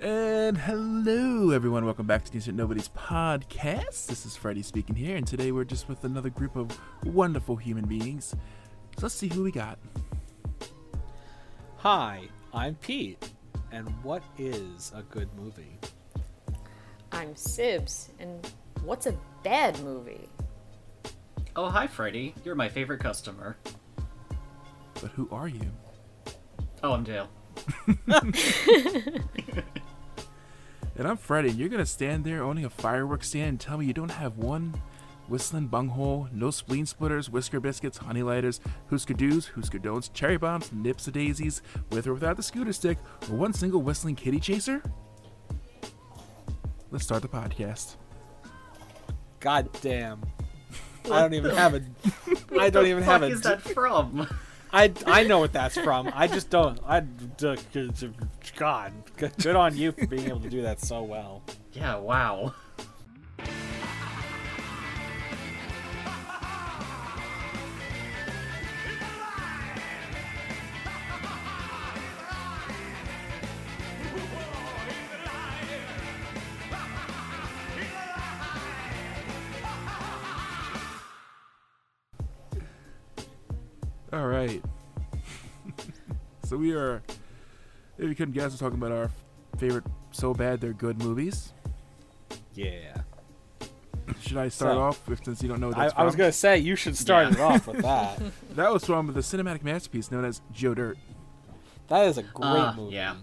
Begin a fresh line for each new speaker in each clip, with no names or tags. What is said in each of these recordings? And hello, everyone. Welcome back to Decent Nobody's podcast. This is Freddie speaking here, and today we're just with another group of wonderful human beings. So let's see who we got.
Hi, I'm Pete. And what is a good movie?
I'm Sibs, and what's a bad movie?
Oh, hi, Freddy. You're my favorite customer.
But who are you?
Oh, I'm Dale.
And I'm Freddie, and you're gonna stand there owning a fireworks stand and tell me you don't have one whistling bunghole, no spleen splitters, whisker biscuits, honey lighters, hooskadoos, hooskadon'ts, cherry bombs, nips of daisies, with or without the scooter stick, or one single whistling kitty chaser? Let's start the podcast.
God damn. I don't even have a. I don't even have
fuck
a.
is that from?
I, I know what that's from. I just don't. I. d- d- d- God. Good good on you for being able to do that so well.
yeah, wow.
All right. so we are, if you couldn't guess, we're talking about our favorite so bad they're good movies.
Yeah.
Should I start
So-
off with, since you don't know what
I,
that's
I was
from?
going to say, you should start it off with that.
That was from the cinematic masterpiece known as Joe Dirt.
That is a great
Uh,
movie.
yeah.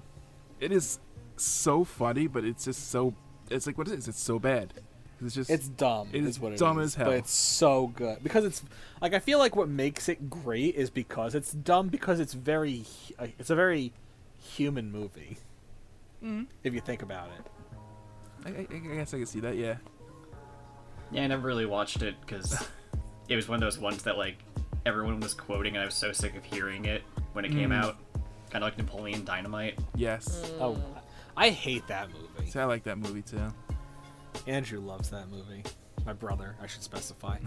It is so funny, but it's just so. It's like what is it? It's so bad. It's just.
It's dumb.
It is
is what it is.
dumb as hell.
But it's so good because it's like I feel like what makes it great is because it's dumb because it's very hu- it's a very human movie.
Mm-hmm.
If you think about it,
I, I, I guess I can see that. Yeah.
Yeah, I never really watched it because it was one of those ones that like everyone was quoting, and I was so sick of hearing it when it came out. Kind of like Napoleon Dynamite.
Yes.
oh, I hate that movie.
See, I like that movie too.
Andrew loves that movie. My brother, I should specify.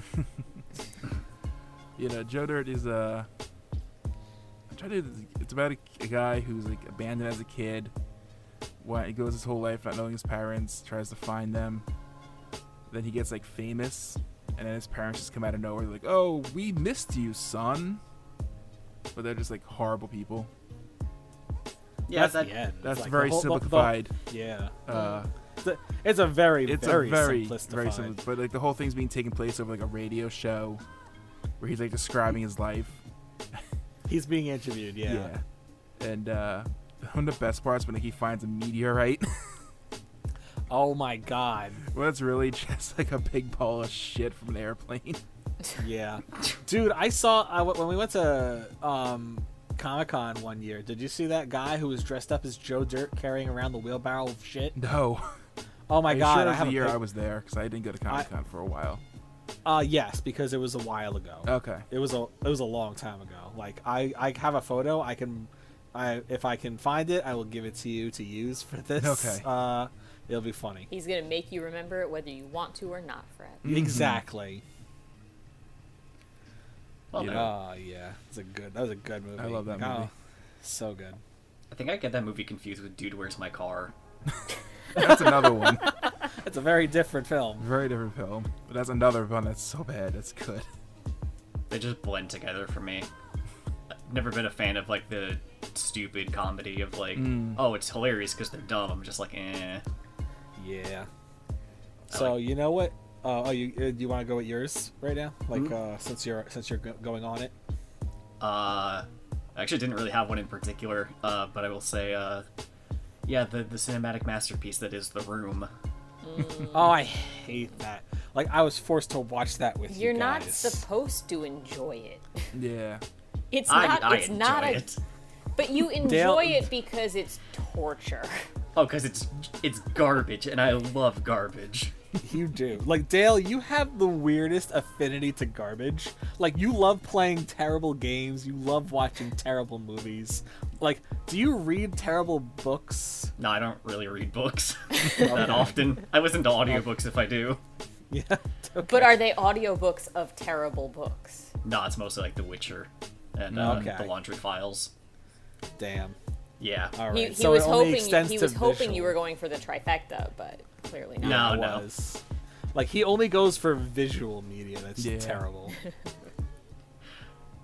You know, Joe Dirt is a. I'm trying to. It's about a, a guy who's like abandoned as a kid. Why he goes his whole life not knowing his parents, tries to find them. Then he gets like famous, and then his parents just come out of nowhere like, "Oh, we missed you, son." But they're just like horrible people.
Yeah,
that's
that,
the end. It's
That's
like the
very
whole- the- the-
simplified.
yeah,
uh,
it's a, it's a very
it's
very
a very very
simplistified.
simple, but like the whole thing's being taken place over like a radio show where he's like describing his life.
He's being interviewed. Yeah.
And uh, one of the best parts when like, he finds a meteorite.
Oh my god.
well, it's really just like a big ball of shit from an airplane.
Yeah, dude, I saw uh, when we went to um, Comic Con one year. Did you see that guy who was dressed up as Joe Dirt carrying around the wheelbarrow of shit?
No.
Oh my
Are you
god!
sure that
I
was
have
the
a
year
pic-
I was there because I didn't go to Comic Con for a while.
Uh, yes, because it was a while ago.
Okay.
It was a it was a long time ago. Like I I have a photo. I can, I if I can find it, I will give it to you to use for this.
Okay.
Uh, it'll be funny.
He's gonna make you remember it whether you want to or not, Fred.
Mm,
Mm-hmm.
Exactly.
well,
Yeah.
no.
Oh yeah, it's a good. That was a good movie.
I love that
Oh,
movie.
so good.
I think I get that movie confused with Dude, Where's My Car?
That's another one.
It's a very different film.
Very different film, but that's another one that's so bad. That's good.
They just blend together for me. I've never been a fan of like the stupid comedy of like, oh, it's hilarious because they're dumb. I'm just like, eh.
Yeah.
I
So
like-
you know what? Uh, oh, you uh, do you want to go with yours right now? Like uh, since you're since you're go- going on it.
Uh, I actually didn't really have one in particular, uh, but I will say, uh, yeah, the, the cinematic masterpiece that is The Room.
Oh, I hate that. Like I was forced to watch that with you
You're not
guys.
supposed to enjoy it.
Yeah.
It's
I,
not.
I
it's
enjoy
not a.
it.
But you enjoy
Dale-
it because it's torture.
Oh, because it's, it's garbage, and I love garbage.
you do. Like Dale, you have the weirdest affinity to garbage. Like you love playing terrible games. You love watching terrible movies. Like, do you read terrible books?
No, I don't really read books that often. I listen to audiobooks if I do.
Yeah.
But are they audiobooks of terrible books?
No, it's mostly like The Witcher and uh,
Okay.
The Laundry Files.
Damn.
Yeah.
All right.
He, he
so
was
it only
hoping
extends
he
to
was hoping you
visual.
were going for the trifecta, but clearly not.
No.
I was. Like he only goes for visual media. That's
Yeah.
terrible.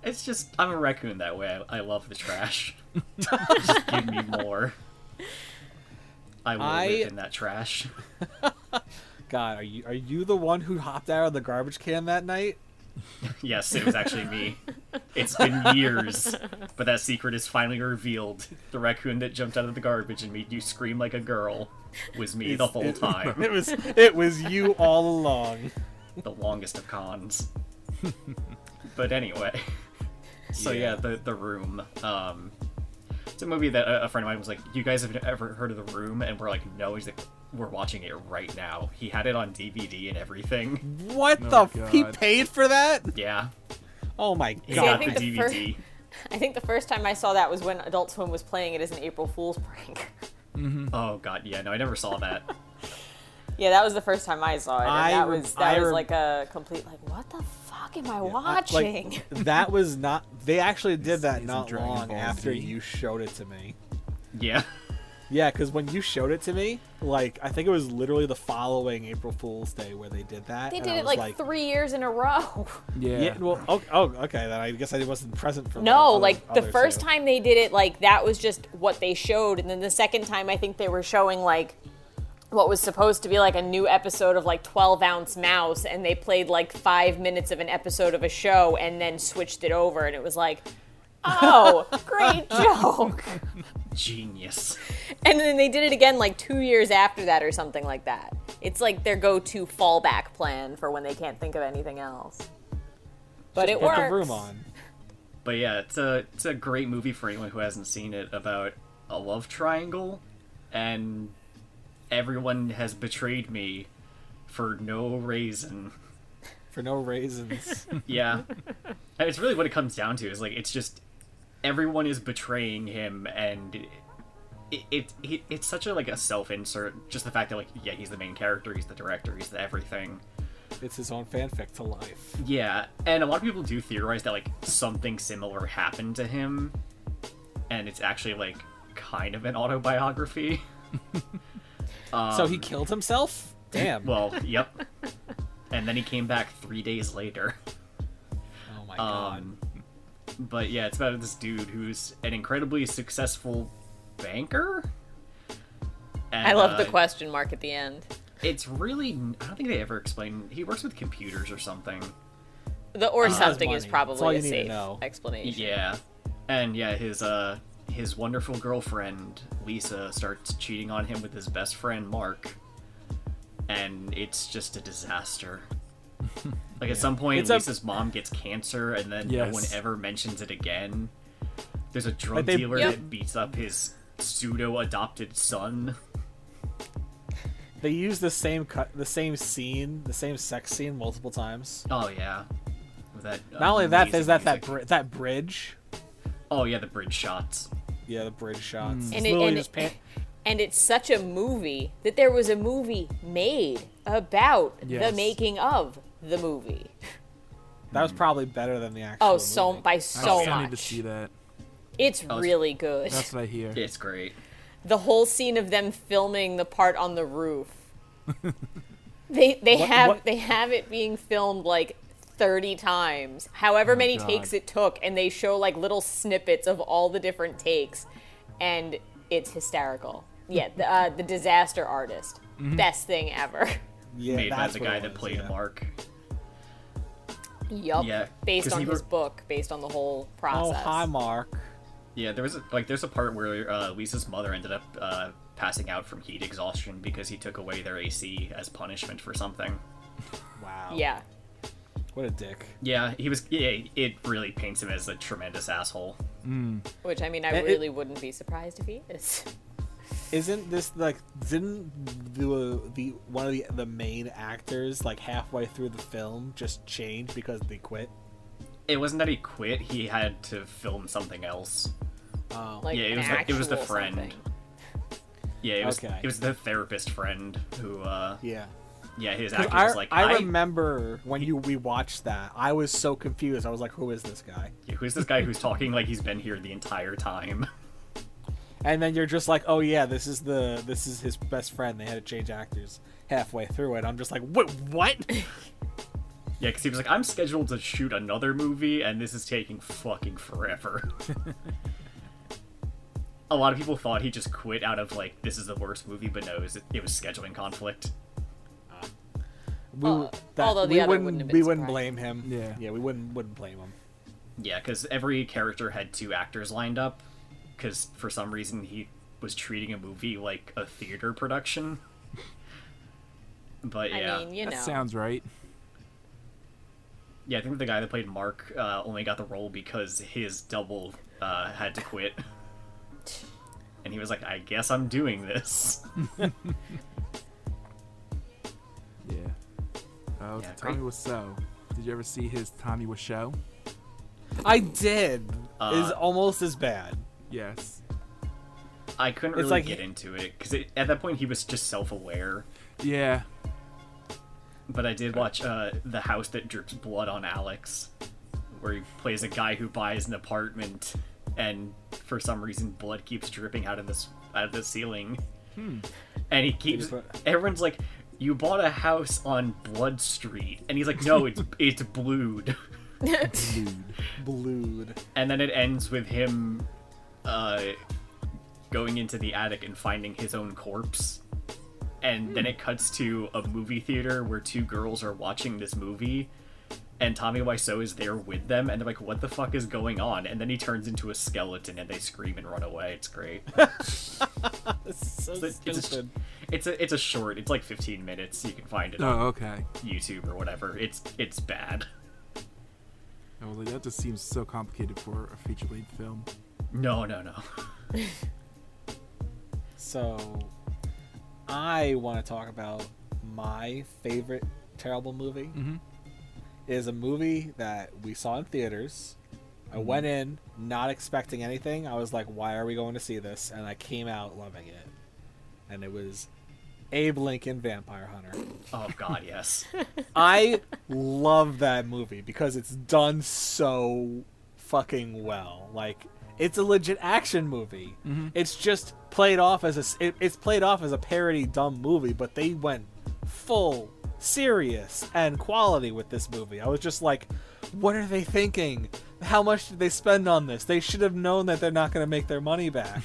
It's just I'm a raccoon that way. I, I love the trash. just give me more. I will
I-
live in that trash.
God, are you are you the one who hopped out of the garbage can that night?
yes, it was actually me. It's been years, but that secret is finally revealed. The raccoon that jumped out of the garbage and made you scream like a girl was me the
It's-
whole
it-
time.
It was it was you all along.
the longest of cons. but anyway, so yeah,
Yeah.
the the room. Um, it's a movie that a, a friend of mine was like, "You guys have ever heard of the room?" And we're like, "No." He's like, "We're watching it right now." He had it on DVD and everything.
What
Oh
the?
my
F- he
God.
paid for that?
Yeah,
Oh my
he
I
got
god!
the
think the fir-
DVD.
I think the first time I saw that was when Adult Swim was playing it as an April Fool's prank.
Oh god, yeah, no, I never saw that.
yeah, that was the first time I saw it. And
I
that
rem-
was that
I
was
rem-
like a complete like what the fuck am I
Like,
watching?
that was not. They actually did that
He's in
not
Dragon
long
Ball
after
Z.
you showed it to me.
Yeah,
Yeah, because when you showed it to me, like I think it was literally the following April Fool's Day where they did that.
they
and
did
I
it
was
like, three years in a row.
Yeah.
Yeah. Well. Oh, oh. Okay. Then I guess I wasn't present for. the
No,
other-
like the
other
first
two.
time they did it, like that was just what they showed, and then the second time I think they were showing like what was supposed to be like a new episode of like 12 ounce mouse and they played like five minutes of an episode of a show and then switched it over and it was like oh great joke
genius.
and then they did it again like two years after that or something like that it's like their go-to fallback plan for when they can't think of anything else but it
Put
works
the room on.
But yeah, it's a it's a great movie for anyone who hasn't seen it about a love triangle and everyone has betrayed me for no reason.
for no raisins.
Yeah. and it's really what it comes down to is like it's just everyone is betraying him and it, it, it it's such a like a self-insert just the fact that like yeah, he's the main character, he's the director, he's the everything.
it's his own fanfic to life.
Yeah, and a lot of people do theorize that like something similar happened to him, and it's actually like kind of an autobiography. um,
so he killed himself? Damn.
well, yep. And then he came back three days later.
oh my
Um, but yeah, it's about this dude who's an incredibly successful banker. And,
i love the
uh,
question mark at the end
It's really I don't think they ever explain. He works with computers or something.
The or something
money.
is
That's all
probably
you
a
need to
safe
know.
explanation.
Yeah, and yeah, his uh, his wonderful girlfriend Lisa starts cheating on him with his best friend Mark, and it's just a disaster. like at some point,
It's a-
Lisa's mom gets cancer, and then no one
Yes.
ever mentions it again. There's a drug
Like, they-
dealer
Yep.
that beats up his pseudo adopted son.
god. They use the same cut, the same scene, the same sex scene multiple times.
Oh yeah. With that uh,
Not only that, there's that
amazing
that
music.
bri- that bridge.
oh yeah, the bridge shots.
Yeah, the bridge shots. It's
Mm. And, it,
literally
and,
just pan-
it, and it's such a movie that there was a movie made about
Yes.
the making of the movie.
that was probably better than the actual.
Oh, so
movie.
by
I
so
still
much.
need to see that.
It's
it's-
really good.
That's what I hear.
It's great.
The whole scene of them filming the part on the roof. they they
What-
have
what-
they have it being filmed like 30 times.
Oh
However many
God.
takes it took and they show like little snippets of all the different takes and it's hysterical. Yeah, the, uh, the disaster artist.
Mm-hmm.
Best thing ever.
yeah,
Made by
that's
the
what it
guy that
was,
played
yeah.
Mark.
yup.
Yeah,
based
'cause
on
he
his
wrote-
book, based on the whole
Oh,
process.
hi, Mark.
Yeah, there was a, like there's a part where uh, Lisa's mother ended up uh, passing out from heat exhaustion because he took away their AC as punishment for something.
Wow.
yeah.
What a dick.
Yeah, he was. Yeah, it really paints him as a tremendous asshole.
Which I mean, I
And it-
really wouldn't be surprised if he is.
Isn't this like didn't the, the one of the the main actors like halfway through the film just change because they quit?
It wasn't that he quit; he had to film something else.
Oh,
Like
Yeah, it
an
was like- it was the
actual
friend.
something.
Yeah, it was.
Okay.
It was the therapist friend who. Uh,
yeah.
yeah, his
'Cause
actor
I,
was like,
I
I,
remember when you we watched that, I was so confused. I was like, "Who is this guy?"
who's this guy who's talking like he's been here the entire time?
and then you're just like, oh yeah, this is the this is his best friend. They had to change actors halfway through it. I'm just like, what? What?
Yeah, because he was like, I'm scheduled to shoot another movie, and this is taking fucking forever. a lot of people thought he just quit out of like, this is the worst movie, but no, it was, it was scheduling conflict.
We,
Uh,
that-
although the
we
other
wouldn't,
wouldn't have been
we wouldn't
surprised.
blame him.
Yeah.
yeah, we wouldn't wouldn't blame him.
Yeah, because every character had two actors lined up, because for some reason he was treating a movie like a theater production. but yeah,
I mean, you know.
That sounds right.
yeah, I think the guy that played Mark uh, only got the role because his double uh, had to quit, and he was like, I guess I'm doing this.
Yeah. Uh,
Yeah,
Tommy
great.
Wiseau. Did you ever see his Tommy Wiseau?
I did.
Uh,
is almost as bad.
Yes.
I couldn't
It's
really
like-
get into it because at that point he was just self-aware.
Yeah.
But I did watch uh, the house that drips blood on Alex, where he plays a guy who buys an apartment, and for some reason blood keeps dripping out of this out of the ceiling, and he keeps
put-
everyone's like, "You bought a house on Blood Street," and he's like, "No, it's it's blued."
Dude.
Blued.
and then it ends with him uh, going into the attic and finding his own corpse and then it cuts to a movie theater where two girls are watching this movie and tommy wiseau is there with them and they're like what the fuck is going on and then he turns into a skeleton and they scream and run away it's great
It's so
it's, it's, a,
stupid.
it's a it's a short it's like 15 minutes you can find it on
Oh, okay.
youtube or whatever it's it's bad
I was like, that just seems so complicated for a feature length film.
no no no
So, I want to talk about my favorite terrible movie.
Mhm.
Is a movie that we saw in theaters. I went in not expecting anything. I was like, "Why are we going to see this?" And I came out loving it. And it was Abe Lincoln Vampire Hunter.
oh god yes
I love that movie because it's done so fucking well. Like it's a legit action movie. It's just played off as a s- it- it's played off as a parody dumb movie, but they went full serious and quality with this movie. I was just like, what are they thinking? How much did they spend on this? They should have known that they're not going to make their money back.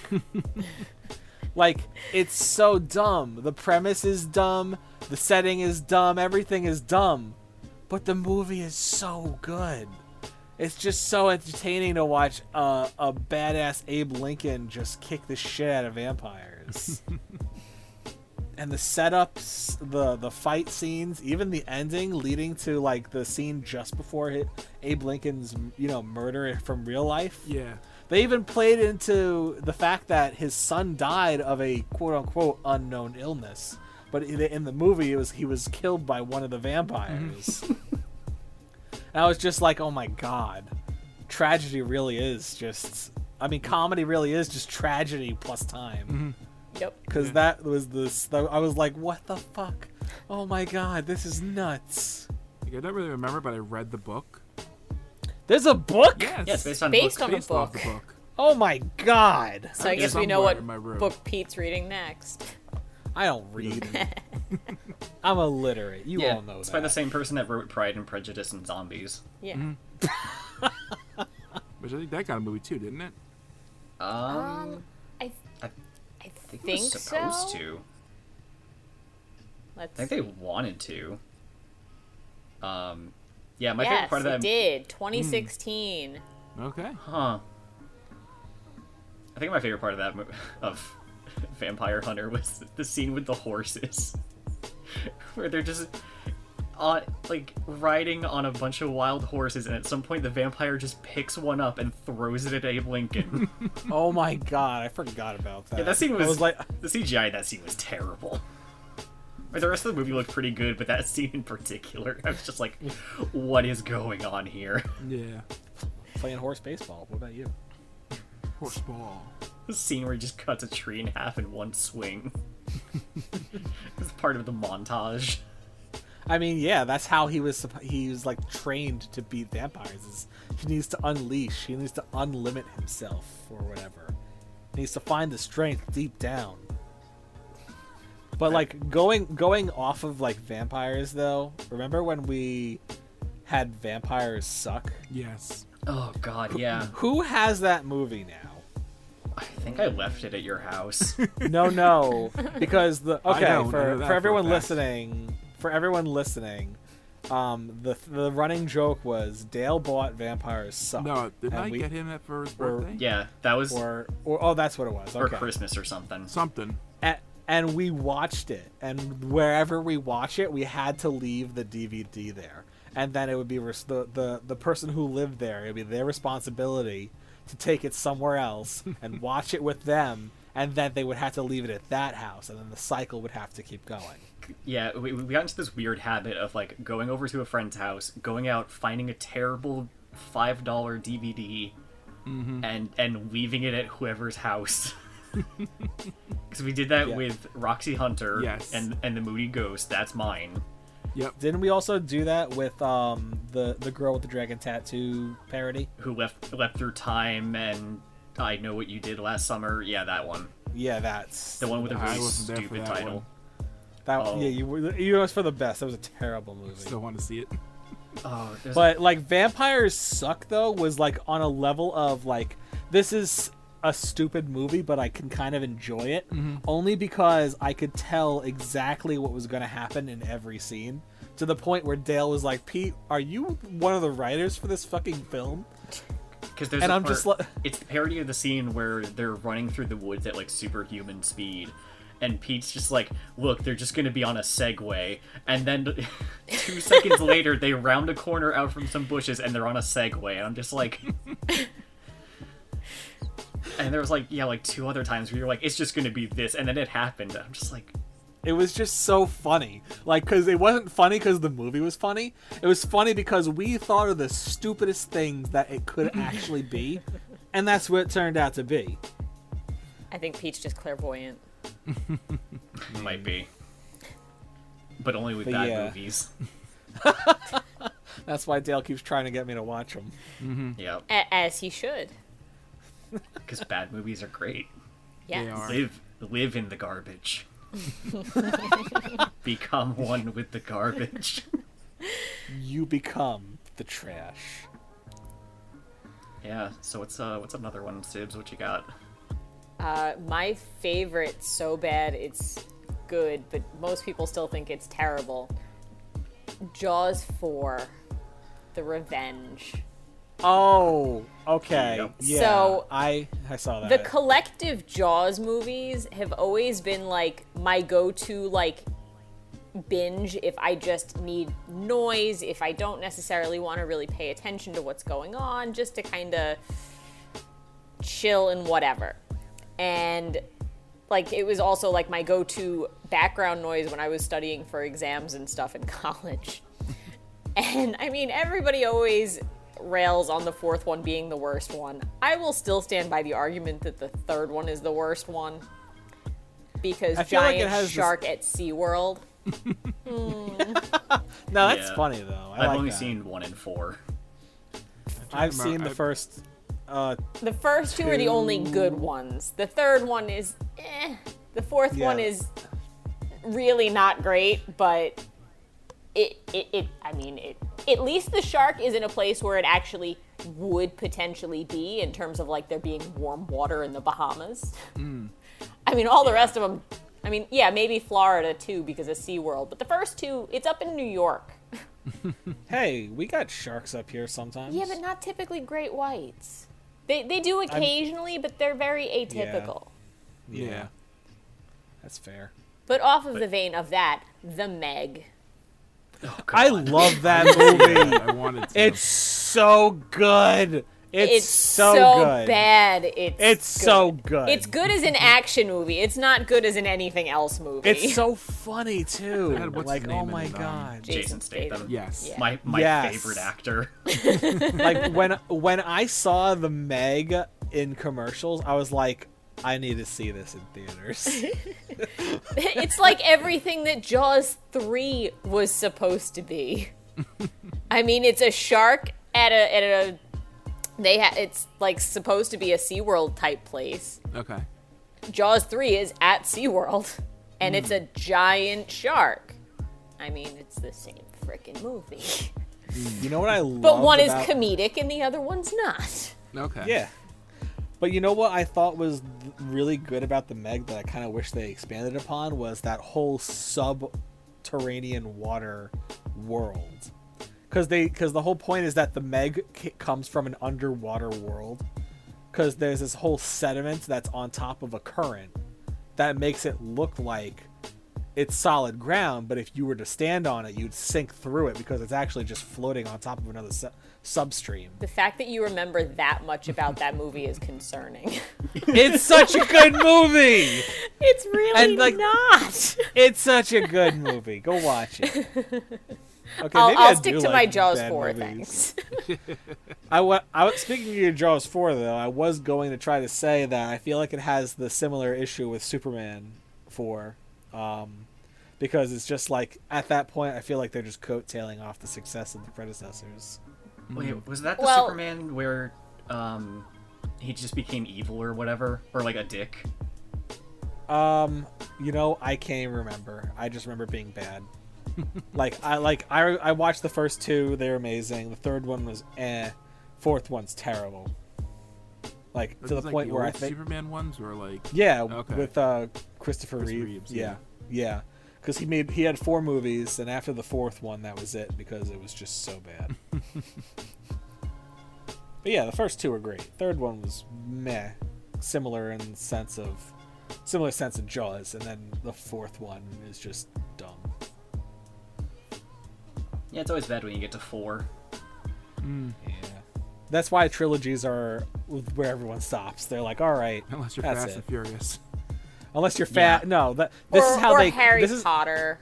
Like it's so dumb. The premise is dumb. The setting is dumb. Everything is dumb. But the movie is so good. It's just so entertaining to watch uh, a badass Abe Lincoln just kick the shit out of vampires. and the setups, the the fight scenes, even the ending leading to like the scene just before it, Abe Lincoln's you know murder from real life.
Yeah.
They even played into the fact that his son died of a quote unquote unknown illness. But in in the movie, it was he was killed by one of the vampires. and I was just like, oh my god. Tragedy really is just. I mean, comedy really is just tragedy plus time.
Yep.
Because that was this. I was like, what the fuck? Oh my god, this is nuts.
Like, I don't really remember, but I read the book.
There's a book?
Yes.
yes based on
Based
books.
on a
Based off
book.
the book.
Oh my god.
So I
It's
guess we know what
somewhere in my room.
book Pete's reading next.
I don't read. I'm illiterate. You all know
it's
that.
by the same person that wrote Pride and Prejudice and Zombies.
Yeah.
Mm-hmm. Which I think that got a movie too, didn't it?
Um,
I,
I
I
I
think,
think it was supposed
so.
to.
Let's
I think
see.
they wanted to. Um, yeah, my
yes,
favorite part of that. Mm.
it did. 2016.
Okay.
Uh-huh.
Huh. I think my favorite part of that mo- of Vampire Hunter was the scene with the horses, where they're just on like riding on a bunch of wild horses, and at some point the vampire just picks one up and throws it at Abe Lincoln.
Oh my god, I forgot about that.
Yeah, that scene
I
was,
like,
the CGI. in That scene was terrible. Like, The rest of the movie looked pretty good, but that scene in particular, I was just like, "What is going on here?"
Yeah.
playing horse baseball. What about you?
Horseball.
The scene where he just cuts a tree in half in one swing. it's part of the montage.
I mean, yeah, that's how he was. supp- He was like trained to beat vampires. Is he needs to unleash? He needs to unlimit himself or whatever. needs to find the strength deep down. But like going going off of like vampires though, remember when we had vampires suck?
Yes.
Oh god, yeah.
Who has that movie now?
I think I left it at your house.
No, no, because the
I
okay
know, I know
for
that
for
for a
everyone
fact.
listening, for everyone listening, um, the the running joke was Dale bought vampires suck.
No, did
and
I
we-
get him that for his
or-
birthday?
yeah, that was
or or oh, that's what it was.
or
Okay,
Christmas or something.
Something.
and, and we watched it and wherever we watch it we had to leave the dvd there and then it would be res- the, the the person who lived there it would be their responsibility to take it somewhere else and watch it with them and then they would have to leave it at that house and then the cycle would have to keep going
Yeah, we, we got into this weird habit of like going over to a friend's house, going out, finding a terrible five dollar DVD,
Mm-hmm.
and and leaving it at whoever's house. Because we did that
Yeah.
with Roxy Hunter
Yes.
and and the Moody Ghost. That's mine.
Yep.
didn't we also do that with um the the girl with the dragon tattoo parody
Who left leapt through time and I know what you did last summer. Yeah, that one.
yeah that's
The one with the
I
really
wasn't there for
stupid
that
title.
one.
that
oh.
yeah you were you was for the best that was a terrible movie
Still want to see it.
Oh, there's-
But like vampires suck though was like on a level of like this is a stupid movie, but I can kind of enjoy it only because I could tell exactly what was going to happen in every scene to the point where Dale was like, "Pete, are you one of the writers for this fucking film?"
Because there's
And
a
I'm just
part-
like-
it's the parody of the scene where they're running through the woods at like superhuman speed, and Pete's just like, "Look, they're just gonna be on a Segway," and then two seconds later they round a corner out from some bushes and they're on a Segway, and I'm just like. And there was like yeah, like two other times where you're like, it's just gonna be this, and then it happened. I'm just like,
It was just so funny. Like, because it wasn't funny because the movie was funny. It was funny because we thought of the stupidest things that it could actually be. And that's what it turned out to be.
I think Pete's just clairvoyant.
might be, but only with
Hmm. But
bad
yeah.
movies.
That's why Dale keeps trying to get me to watch them.
Yeah,
A- as he should.
because bad movies are great.
Yes.
They are.
live live in the garbage become one with the garbage
you become the trash.
yeah so what's uh what's another one sibs what you got
Uh, my favorite, so bad it's good, but most people still think it's terrible. Jaws 4, The Revenge.
Oh, okay.
Yep.
Yeah.
So-
I I saw that.
The collective Jaws movies have always been like my go to, like, binge if I just need noise, if I don't necessarily want to really pay attention to what's going on, just to kind of chill and whatever. And like it was also like my go-to background noise when I was studying for exams and stuff in college. and I mean everybody always rails on the fourth one being the worst one. I will still stand by the argument that the third one is the worst one because
I feel like it
giant
has this-
shark at SeaWorld
no, that's
Yeah.
funny though. I
i've
like
only
that.
seen one and four
I've seen the
I-
first. Uh,
The first two, are the only good ones. The third one is eh. The fourth
Yeah.
one is really not great, but it, it it I mean it at least the shark is in a place where it actually would potentially be in terms of like there being warm water in the Bahamas.
Hmm.
I mean all the rest of them I mean yeah, maybe Florida too because of SeaWorld, but the first two it's up in New York.
hey, we got sharks up here sometimes.
Yeah, but not typically great whites. They they do occasionally, but they're very atypical.
yeah.
Yeah.
That's fair.
But off of the vein of that, the Meg.
oh,
I
God.
love that movie.
I wanted to.
it's so good. It's,
It's
so,
so,
good.
bad. It's
It's so good.
It's good as an action movie. It's not good as an anything else movie.
It's so funny too.
God, what's
like,
his
oh
name
my
in it, um,
god.
jason statham
Yes.
Yeah.
my my
Yes.
favorite actor
like when when I saw the Meg in commercials, I was like, I need to see this in theaters.
it's like everything that Jaws 3 was supposed to be. I mean, it's a shark at a at a They ha- it's like supposed to be a SeaWorld type place.
Okay.
Jaws 3 is at SeaWorld and it's
Hmm.
a giant shark. I mean, it's the same freaking movie.
You know what I love?
But one
about-
is comedic and the other one's not.
Okay.
Yeah. But you know what I thought was th- really good about the Meg that I kind of wish they expanded upon was that whole subterranean water world. Cuz they cuz the whole point is that the Meg c- comes from an underwater world cuz there's this whole sediment that's on top of a current that makes it look like it's solid ground, but if you were to stand on it, you'd sink through it because it's actually just floating on top of another su- substream.
The fact that you remember that much about that movie is concerning.
It's such a good movie.
it's really
And, like-
not.
It's such a good movie. Go watch it. Okay,
I'll,
maybe I
I'll
do
stick to
like
my Jaws
bad
4,
movies.
thanks.
I, wa- I wa- speaking of your Jaws four though, I was going to try to say that I feel like it has the similar issue with Superman four, um, because it's just like at that point I feel like they're just coattailing off the success of the predecessors.
Wait, was that the
Well-
Superman where um he just became evil or whatever, or like a dick?
Um, you know, I can't even remember. I just remember it being bad. like I like I I watched the first two; they're amazing. The third one was eh. Fourth one's terrible. Like
Are
to the
these, like,
point where I
old
think
Superman ones were like.
yeah,
Okay.
with uh Christopher
Chris
Reeve.
Reeves,
yeah, yeah, because he made he had four movies, and after the fourth one, that was it because it was just so bad. but yeah, the first two were great. Third one was meh, similar in sense of similar sense of Jaws, and then the fourth one is just dumb.
Yeah, it's always bad when you get to four.
Yeah, that's why trilogies are where everyone stops. They're like, all right,
Unless you're
that's
Fast
it.
and Furious.
Unless you're fat.
Yeah.
No, that this
or
is how
or
they.
Harry
this is,
Potter.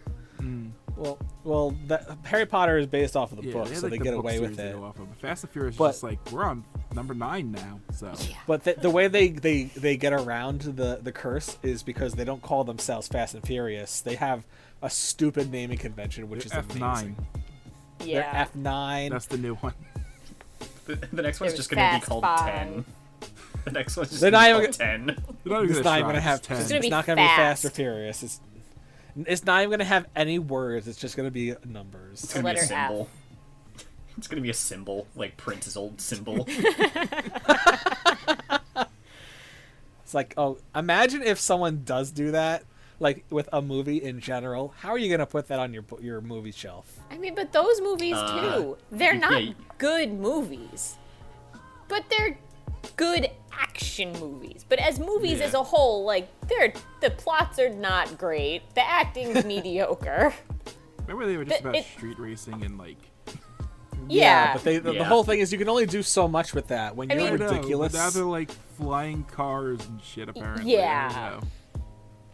Well, well, that, Harry Potter is based off of the
Yeah,
book,
they had,
so
like,
they
the
get
book
away
series
with
they
it.
go off of. But Fast and Furious
But-
is just like we're on number nine now, so
But the, the way they, they, they get around the, the curse is because they don't call themselves Fast and Furious. They have a stupid naming convention, which
They're
is
F9.
amazing. They're
Yeah.
F nine.
That's the new one.
The, the next one's
It
just
was
gonna be
Fast
called
Five.
ten. The next one's just
They're
gonna be
not
called ten.
They're not even
It's not
try,
even gonna have.
it's
It's,
10.
gonna be
not gonna be Fast or
fast.
Furious. It's it's not even gonna have any words. It's just gonna be numbers.
It's gonna be a
Letter F.
symbol. It's gonna be a symbol, like Prince's old symbol.
It's like, oh, imagine if someone does do that, like with a movie in general. How are you gonna put that on your bo- your movie shelf?
I mean, but those movies
Uh,
too. They're not
yeah.
good movies, but they're good action movies. But as movies
Yeah.
as a whole, like they're the plots are not great. The acting's mediocre.
Remember they were just
But
about
it-
street racing and like.
Yeah.
but they the, the
Yeah.
whole thing is you can only do so much with that when
I
you're
I
mean-
know, but
ridiculous.
Now they're like flying cars and shit. Apparently. I
yeah.
don't know.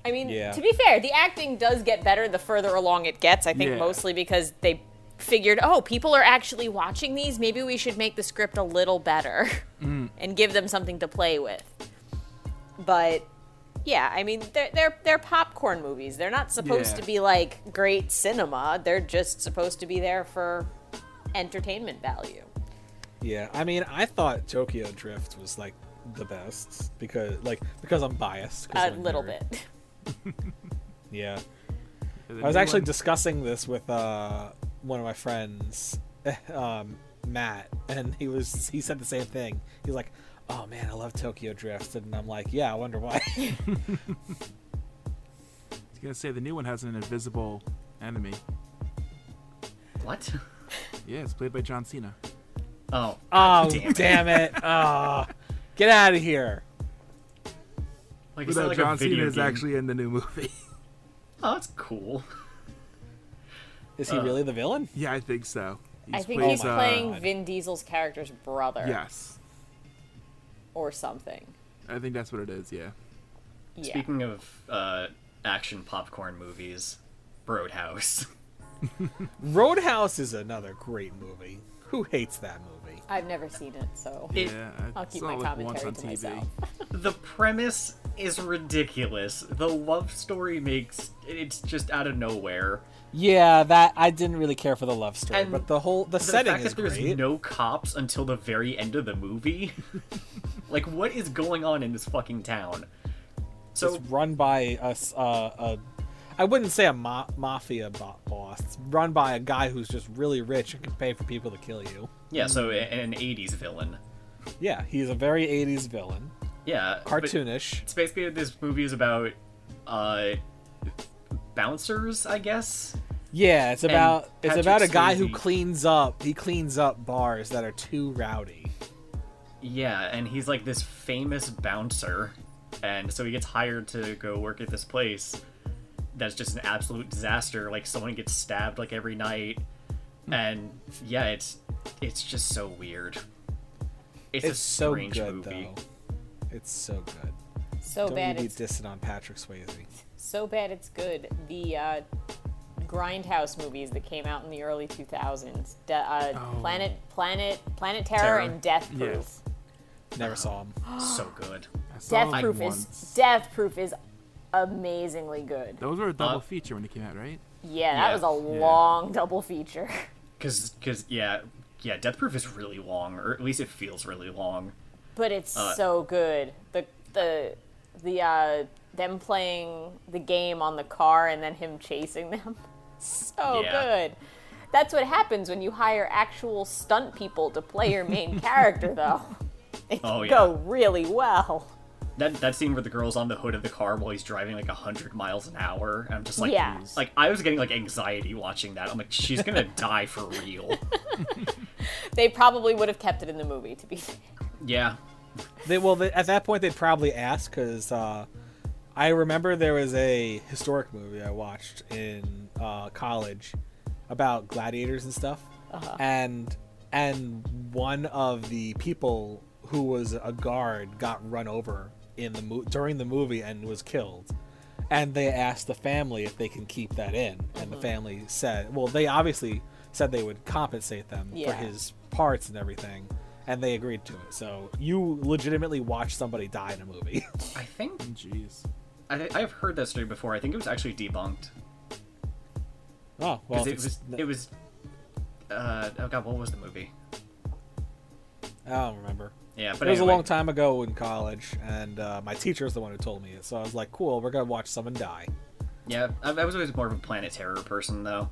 I mean,
Yeah.
to be fair, the acting does get better the further along it gets. I think
Yeah.
mostly because they figured, oh, people are actually watching these. Maybe we should make the script a little better
Mm.
and give them something to play with. But yeah, I mean, they're they're, they're popcorn movies. They're not supposed
Yeah.
to be like great cinema. They're just supposed to be there for entertainment value.
Yeah, I mean, I thought Tokyo Drift was like the best because like because I'm biased 'cause
A
I'm
little
nerd.
bit.
Yeah,
The
I was
new
actually
one-
discussing this with uh one of my friends, um Matt, and he was he said the same thing. He's like, "Oh man, I love Tokyo Drift," and I'm like, "Yeah, I wonder why."
I was gonna say the new one has an invisible enemy.
what?
Yeah, it's played by John Cena.
Oh,
oh
Damn.
damn it! Oh, get out of here!
like
But
is that
no,
like a
John Cena
video
is
game?
actually in the new movie.
Oh, that's cool.
Is he
Uh,
really the villain?
yeah, I think so. He's
I think
plays,
he's
uh,
playing Vin Diesel's character's brother
Yes,
or something.
I think that's what it is. Yeah.
Yeah.
Speaking of uh, action popcorn movies, Roadhouse.
Roadhouse is another great movie. Who hates that movie?
I've never seen it, so
It-
yeah. I
I'll keep
saw
my
it, like, once
commentary
on
to
TV.
myself.
the premise is ridiculous. The love story makes it's just out of nowhere.
Yeah, that I didn't really care for the love story,
And
but the whole the,
The
setting
fact
is
that there's
great.
no cops until the very end of the movie. like, what is going on in this fucking town? So
it's run by a, s- uh, a I wouldn't say a ma- mafia bo- boss. It's run by a guy who's just really rich and can pay for people to kill you.
yeah, so a- an '80s villain.
Yeah, he's a very 80s villain,
Yeah, but
cartoonish.
It's basically this movie is about uh bouncers, I guess.
yeah, it's about it's
Patrick
about a guy who
Swayze.
cleans up. He cleans up bars that are too rowdy.
Yeah, and he's like this famous bouncer, and so he gets hired to go work at this place that's just an absolute disaster. Like someone gets stabbed like every night,
Hmm.
and yeah, it's it's just so weird. It's,
It's,
a
so
strange
good
movie.
though. It's so good.
So
Don't
bad
you be
it's
dissing on Patrick Swayze.
so bad it's good. The uh, Grindhouse movies that came out in the early 2000s, De- uh,
Oh.
Planet Planet Planet Terror,
Terror.
and Death Proof.
Yes.
Never saw him.
So good.
I saw
Death
those
Proof is
once.
Death Proof is amazingly good.
Those were a double
Uh,
feature when they came out, right?
Yeah, that
Yeah.
was a long double feature.
Cause, cause yeah, yeah, Death Proof is really long, or at least it feels really long.
but it's
Uh,
so good. The the the uh them playing the game on the car and then him chasing them. so
Yeah.
good. That's what happens when you hire actual stunt people to play your main character though. It
Oh,
can
yeah.
go really well.
That that scene where the girl's on the hood of the car while he's driving like hundred miles an hour, and I'm just like,
Yeah.
like I was getting like anxiety watching that. I'm like, she's gonna die for real.
They probably would have kept it in the movie to be fair.
Yeah,
They, well, they, at that point, they'd probably ask because uh, I remember there was a historic movie I watched in uh, college about gladiators and stuff, and and one of the people who was a guard got run over in the mo- during the movie and was killed. And they asked the family if they can keep that in, and the family said, "Well, they obviously said they would compensate them
Yeah.
for his parts and everything." and they agreed to it. So you legitimately watch somebody die in a movie.
I think
Jeez.
I th- I've heard that story before. I think it was actually debunked
oh well,
because
if
it
it's
was
n-
it was. Uh, oh god, what was the movie?
I don't remember.
Yeah, but
it was
anyway.
a long time ago in college, and uh, my teacher was the one who told me it. So I was like, "Cool, we're gonna watch someone die."
Yeah, I, I was always more of a Planet Terror person though.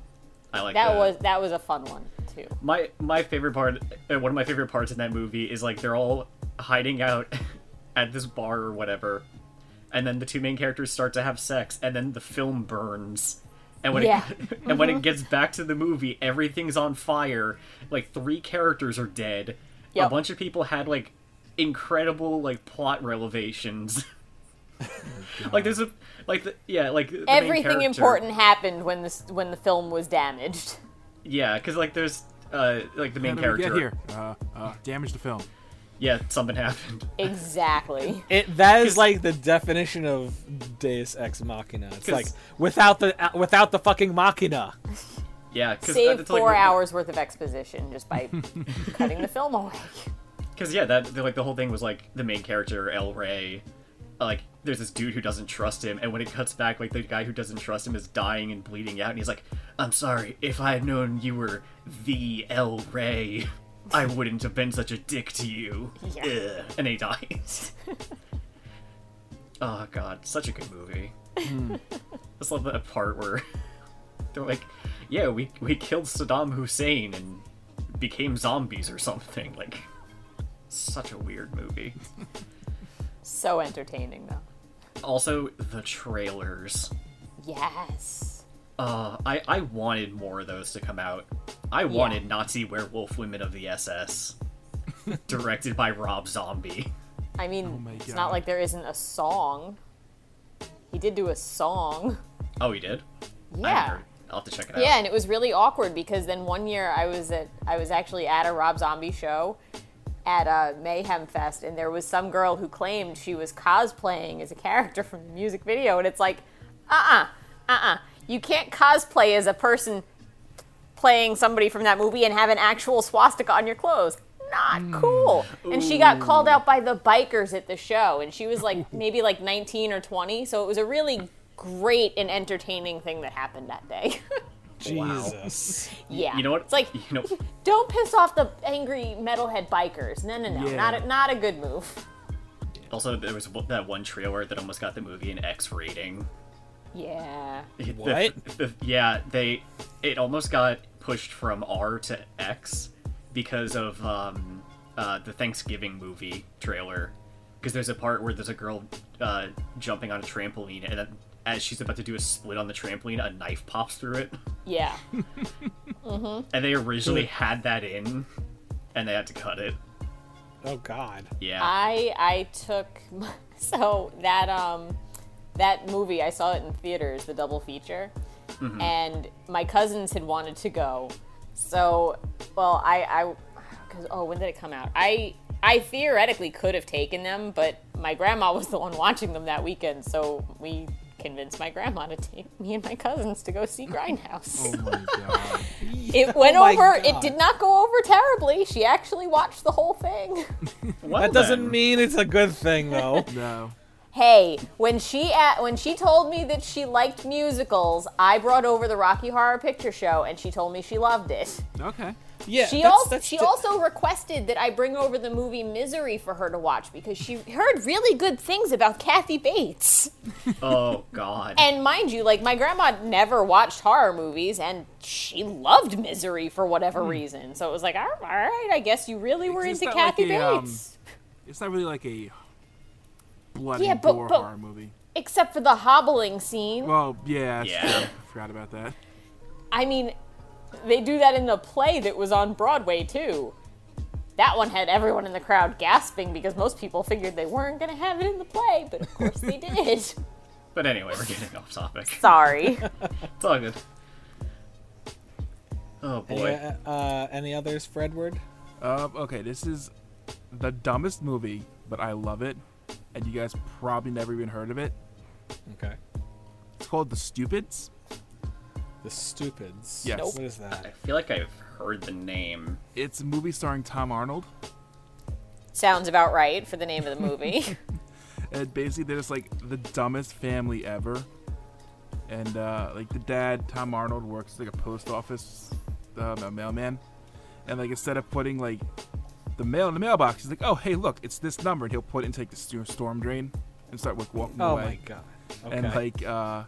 I like
That
the-
was that was a fun one too.
my my favorite part uh, one of my favorite parts in that movie is like they're all hiding out at this bar or whatever and then the two main characters start to have sex and then the film burns and when
Yeah. Mm-hmm.
it, and when it gets back to the movie everything's on fire like three characters are dead a
Yep.
bunch of people had like incredible like plot relevations
Oh,
like there's a like the, yeah like the main
Everything
character-
important happened when this when the film was damaged.
yeah because like there's uh like the main
How did we
character
get here? Uh, uh, damage the film.
yeah something happened
Exactly.
It that is like the definition of Deus Ex Machina. It's
'Cause-
like without the uh, without the fucking machina.
Yeah, cause
Save
that's,
four
like,
hours worth of exposition just by cutting the film away.
Because yeah, that the, like the whole thing was like the main character El Rey, uh, like there's this dude who doesn't trust him, and when it cuts back, like the guy who doesn't trust him is dying and bleeding out, and he's like, "I'm sorry, if I had known you were the El Rey, I wouldn't have been such a dick to you."
Yeah.
Ugh. And he dies. oh god, such a good movie. I just love that part where they're like, "Yeah, we we killed Saddam Hussein and became zombies or something." Like such a weird movie.
So entertaining, though.
Also, the trailers.
Yes.
Uh, I I wanted more of those to come out. I wanted Nazi werewolf women of the SS, directed by Rob Zombie.
I mean,
my
it's
God.
not like there isn't a song. He did do a song.
Oh, he did. I haven't
Yeah.
heard. I'll have to check it out.
Yeah, and it was really awkward because then one year I was at I was actually at a Rob Zombie show at uh, Mayhem Fest, and there was some girl who claimed she was cosplaying as a character from the music video, and it's like, uh uh, uh uh, you can't cosplay as a person playing somebody from that movie and have an actual swastika on your clothes. not cool. And she got called out by the bikers at the show, and she was like maybe like 19 or 20. So it was a really great and entertaining thing that happened that day.
Jesus.
yeah.
You know what?
It's like,
you know,
don't piss off the angry metalhead bikers. No, no, no.
Yeah.
Not, a, not a good move.
also there was one- that one trio art that almost got the movie an X rating.
Yeah.
The-
What?
the- yeah, they it almost got pushed from R to X because of um, uh, the Thanksgiving movie trailer. Because there's a part where there's a girl uh, jumping on a trampoline, and then as she's about to do a split on the trampoline, a knife pops through it.
Yeah.
And they originally had that in, and they had to cut it.
Oh God.
Yeah.
I I took so that um that movie I saw it in theaters, the double feature,
Mm-hmm.
and my cousins had wanted to go. So, well, I I cause, oh when did it come out? I I theoretically could have taken them, but my grandma was the one watching them that weekend, so we convinced my grandma to take me and my cousins to go see Grindhouse.
Oh my god.
It went
Oh my
over. It
God.
did not go over terribly. She actually watched the whole thing.
Well
That doesn't
then.
mean it's a good thing though.
No.
Hey, when she a when she told me that she liked musicals, I brought over the Rocky Horror Picture Show, and she told me she loved it.
Okay.
Yeah.
She
that's-
also
that's
she
di-
also requested that I bring over the movie Misery for her to watch because she heard really good things about Kathy Bates.
Oh God.
And mind you, like my grandma never watched horror movies, and she loved Misery for whatever reason. So it was like, all all right, I guess you really were
Is
into
that like
Kathy
a, um,
Bates.
It's not really like a blood
Yeah,
and
but-
gore
but-
horror movie.
Except for the hobbling scene.
Well, yeah. that's
Yeah.
true. I forgot about that.
I mean, they do that in the play that was on Broadway too. That one had everyone in the crowd gasping because most people figured they weren't going to have it in the play, but of course they did.
But anyway, we're getting off topic.
Sorry.
It's all good. Oh boy.
Any, uh, uh, any others for Edward?
Um, okay, this is the dumbest movie, but I love it, and you guys probably never even heard of it.
Okay.
It's called The Stupids.
The Stupids.
Yes. Nope.
What is
I
that?
feel like I've heard the name.
It's a movie starring Tom Arnold,
Sounds about right for the name of the movie.
and basically they're just like the dumbest family ever. And uh, like the dad, Tom Arnold, works like a post office um, a mailman, and like instead of putting like the mail in the mailbox, he's like, "Oh, hey, look, it's this number," and he'll put it into like the stu- storm drain and start like walking
Oh
away.
my God. Okay.
And like uh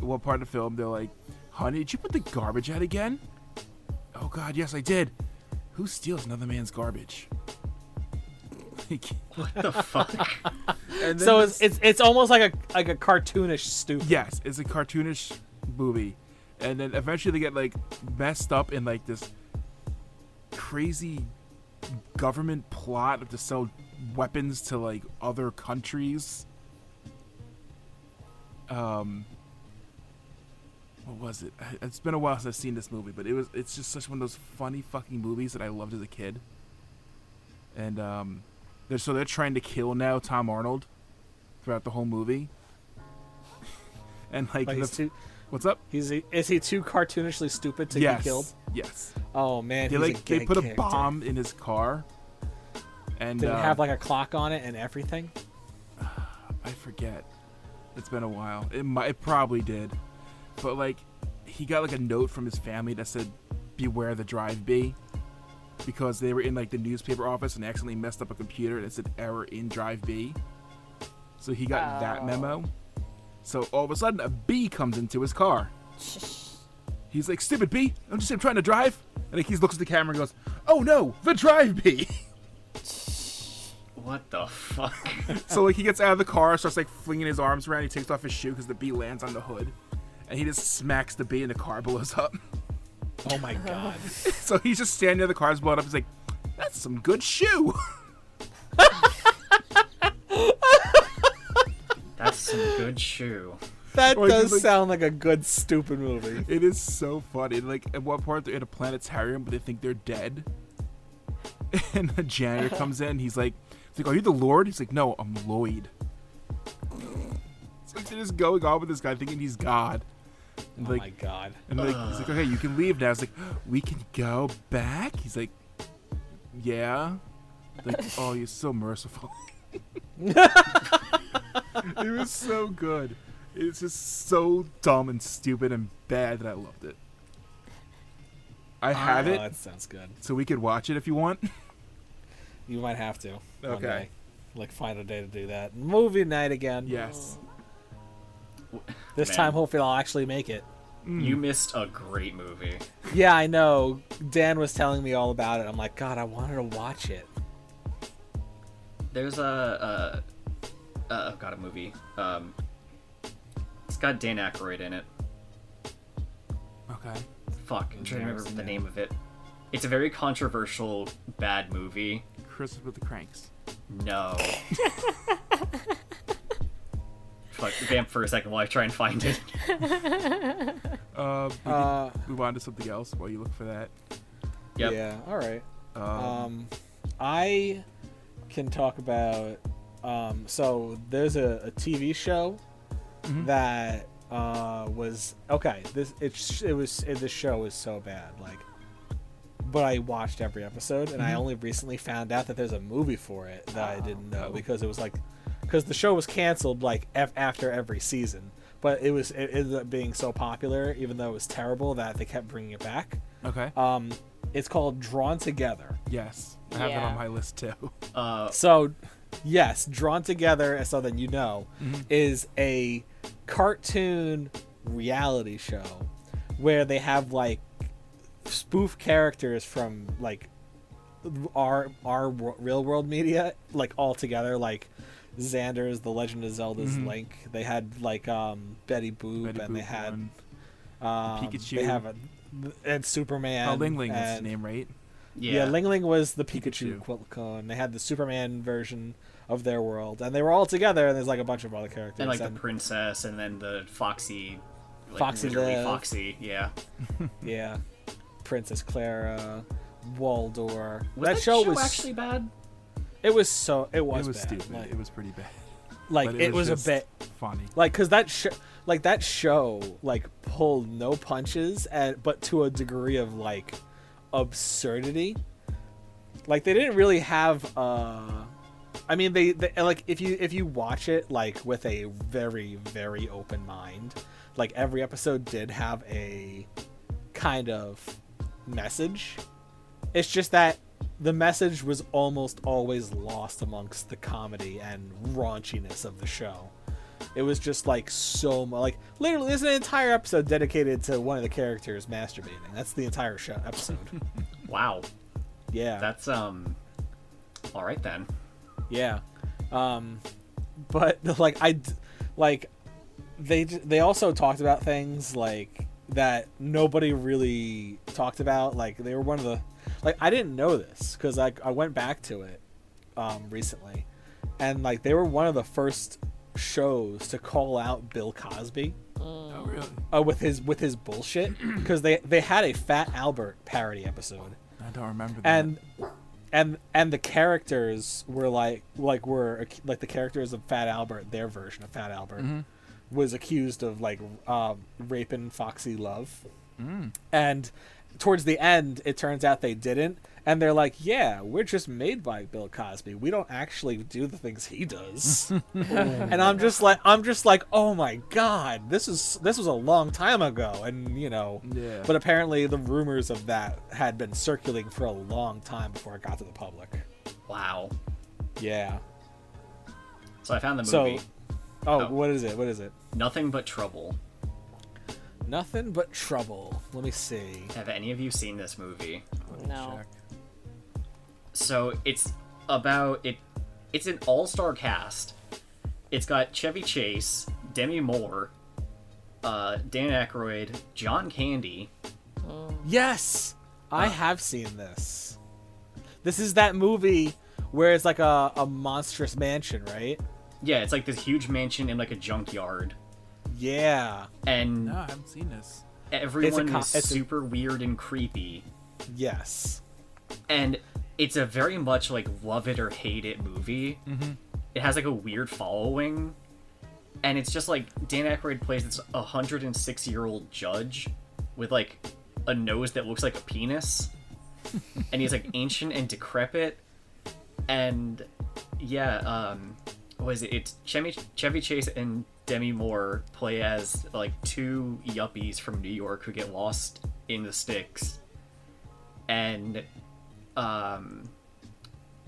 one part of the film they're like, Honey, did you put the garbage out again? Oh god, yes I did. Who steals another man's garbage? Like,
The fuck?
and then
so it's,
this-
it's it's almost like a like a cartoonish stupid.
Yes, it's a cartoonish movie. And then eventually they get like messed up in like this crazy government plot to sell weapons to like other countries. Um what was it? I- It's been a while since I've seen this movie, but it was it's just such one of those funny fucking movies that I loved as a kid. And um they're, so they're trying to kill now Tom Arnold throughout the whole movie. and like,
Like
the-
he's too,
what's up?
he's is he too cartoonishly stupid to
yes.
be killed?
Yes.
Oh man,
They
he's a
like they
gay
put a
character.
bomb in his car. And
Did
uh,
it have like a clock on it and everything?
I forget. It's been a while. It might, it probably did, but like, he got like a note from his family that said, "Beware the drive B," because they were in like the newspaper office and accidentally messed up a computer and it said error in drive B. So he got that
Oh.
memo. So all of a sudden, a bee comes into his car. He's like, "Stupid bee! I'm just I'm trying to drive." And like, he looks at the camera and goes, "Oh no, the drive bee!"
What the fuck?
So like he gets out of the car, starts like flinging his arms around. He takes off his shoe because the bee lands on the hood, and he just smacks the bee, and the car blows up.
Oh my god.
so he's just standing there, the car's blown up. He's like, "That's some good shoe."
That's some good shoe.
That
Or he's
does
like-
sound like a good stupid movie.
it is so funny. Like at one part they're in a planetarium, but they think they're dead. And the janitor comes in. He's like, he's like, "Are you the Lord?" He's like, "No, I'm Lloyd." It's like they're just going on with this guy, thinking he's God. And,
oh
like,
my god.
And like he's like, okay, you can leave now. I was like, we can go back. He's like, yeah. Like, oh, you're so merciful. it was so good. It's just so dumb and stupid and bad that I loved it. I have
oh,
it,
that sounds good.
so we could watch it if you want.
You might have to. one
Okay.
day. Like find a day to do that. Movie night again.
yes.
This
Man.
time, hopefully, I'll actually make it.
You missed a great movie.
Yeah, I know. Dan was telling me all about it. I'm like, God, I wanted to watch it.
There's a, a, a oh god, a movie. Um, it's got Dan Aykroyd in it.
Okay.
Fuck, I'm trying to
Never
remember
seen
the
that.
name of it. It's a very controversial bad movie.
Christmas with the Cranks.
No. Fuck, vamp for a second while I try and find it.
Uh, we could
Uh,
move on to something else while you look for that.
Yep.
Yeah. All right.
Um,
Um, I can talk about. Um, so there's a, a TV show
Mm-hmm.
that uh, was okay. This it sh- it was it, this show was so bad. Like, but I watched every episode, and
Mm-hmm.
I only recently found out that there's a movie for it that I didn't know
Oh.
because it was like because the show was canceled like f- after every season. But it was it ended up being so popular, even though it was terrible, that they kept bringing it back.
okay.
Um, it's called Drawn Together.
Uh, yes. I have that
yeah.
on my list too. Oh.
Uh,
So, yes, Drawn Together, so then you know,
Mm-hmm.
is a cartoon reality show where they have like spoof characters from like our our wor- real world media like all together like Xander's The Legend of Zelda's Link. They had like um Betty Boop
Mm-hmm. Betty
and they
Boop
had
one.
um,
Pikachu.
They have a, and Superman.
oh, Ling Ling was his
and-
name, right?
yeah,
yeah.
Ling Ling was the Pikachu,
Pikachu.
Pikachu. clone. They had the Superman version of their world, and they were all together. And there's like a bunch of other characters.
and like the
and-
princess, and then the foxy, like,
Foxy
literally
Liv.
foxy. Yeah.
yeah, Princess Clara, Waldor.
Was
that, show, was
actually bad.
It was so. It was.
it was
bad.
stupid.
Like,
it was pretty bad.
like,
But
it, was,
just
a bit.
funny.
Like, cause that show, like that show, like pulled no punches, and but to a degree of like absurdity. Like they didn't really have. uh I mean, they, they like if you if you watch it like with a very very open mind, like every episode did have a kind of message. It's just that the message was almost always lost amongst the comedy and raunchiness of the show. It was just like so much. Like literally, there's an entire episode dedicated to one of the characters masturbating. That's the entire show episode.
Wow.
yeah.
That's um. All right then.
Yeah. Um but like I d- like they j- they also talked about things like that nobody really talked about like they were one of the like I didn't know this cuz I I went back to it um recently and like they were one of the first shows to call out Bill Cosby
Oh, really?
uh, with his with his bullshit cuz they they had a Fat Albert parody episode
I don't remember that.
and and and the characters were like like were ac- like the characters of Fat Albert, their version of Fat Albert, was accused of like um, raping Foxy Love, and towards the end, it turns out they didn't, and they're like, yeah, we're just made by Bill Cosby. We don't actually do the things he does, and I'm just like I'm just like oh my god, this is this was a long time ago, and you know
Yeah.
but apparently, the rumors of that had been circulating for a long time before it got to the public.
Wow.
Yeah.
So I found the
So,
movie.
oh,
Oh.
what is it? What is it?
Nothing but trouble.
Nothing but trouble. Let me see.
Have any of you seen this movie?
No.
Check.
So it's about it. It's an all-star cast. It's got Chevy Chase, Demi Moore, uh, Dan Aykroyd, John Candy.
Yes, I have seen this. This is that movie where it's like a, a monstrous mansion, right?
Yeah, it's like this huge mansion in like a junkyard,
Yeah.
and
No, I haven't seen this.
everyone
co-
is
it's a-
super weird and creepy.
Yes.
and it's a very much like love it or hate it movie. It has like a weird following, and it's just like Dan Aykroyd plays this 106 year old judge with like a nose that looks like a penis, and he's like ancient and decrepit, and yeah, um, what is it? It's Chevy, Chevy Chase and Demi Moore play as like two yuppies from New York who get lost in the sticks, and um,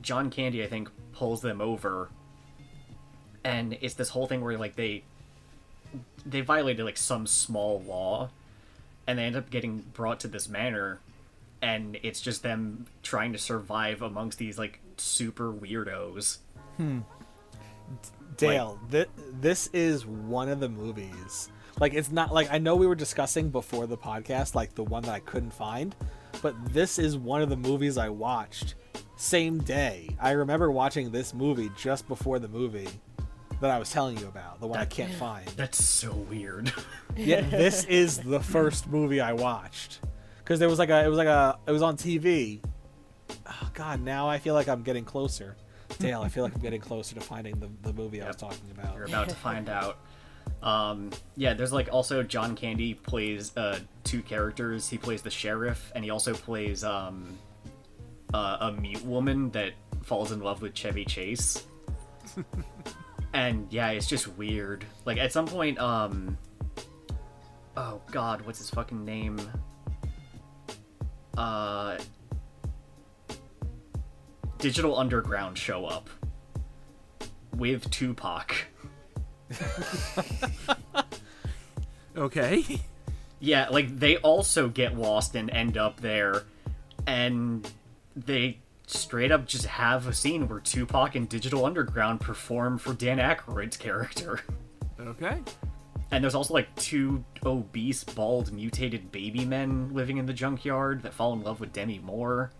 John Candy I think pulls them over, and it's this whole thing where like they they violated like some small law and they end up getting brought to this manor and it's just them trying to survive amongst these like super weirdos
Dale, th- this is one of the movies. Like it's not like I know we were discussing before the podcast, like the one that I couldn't find, but this is one of the movies I watched same day. I remember watching this movie just before the movie that I was telling you about, the one I can't find.
that's so weird
Yeah, this is the first movie I watched because there was like a it was like a it was on TV. Oh God, now I feel like I'm getting closer, Dale. I feel like I'm getting closer to finding the, the movie I was talking about.
you're about to find out um yeah there's like also john candy plays uh two characters he plays the sheriff and he also plays um uh, a mute woman that falls in love with chevy chase and yeah it's just weird like at some point um oh god what's his fucking name uh digital underground show up with tupac
Okay.
Yeah, like they also get lost and end up there, and they straight up just have a scene where Tupac and Digital Underground perform for Dan Aykroyd's character.
Okay.
And there's also like two obese, bald, mutated baby men living in the junkyard that fall in love with Demi Moore.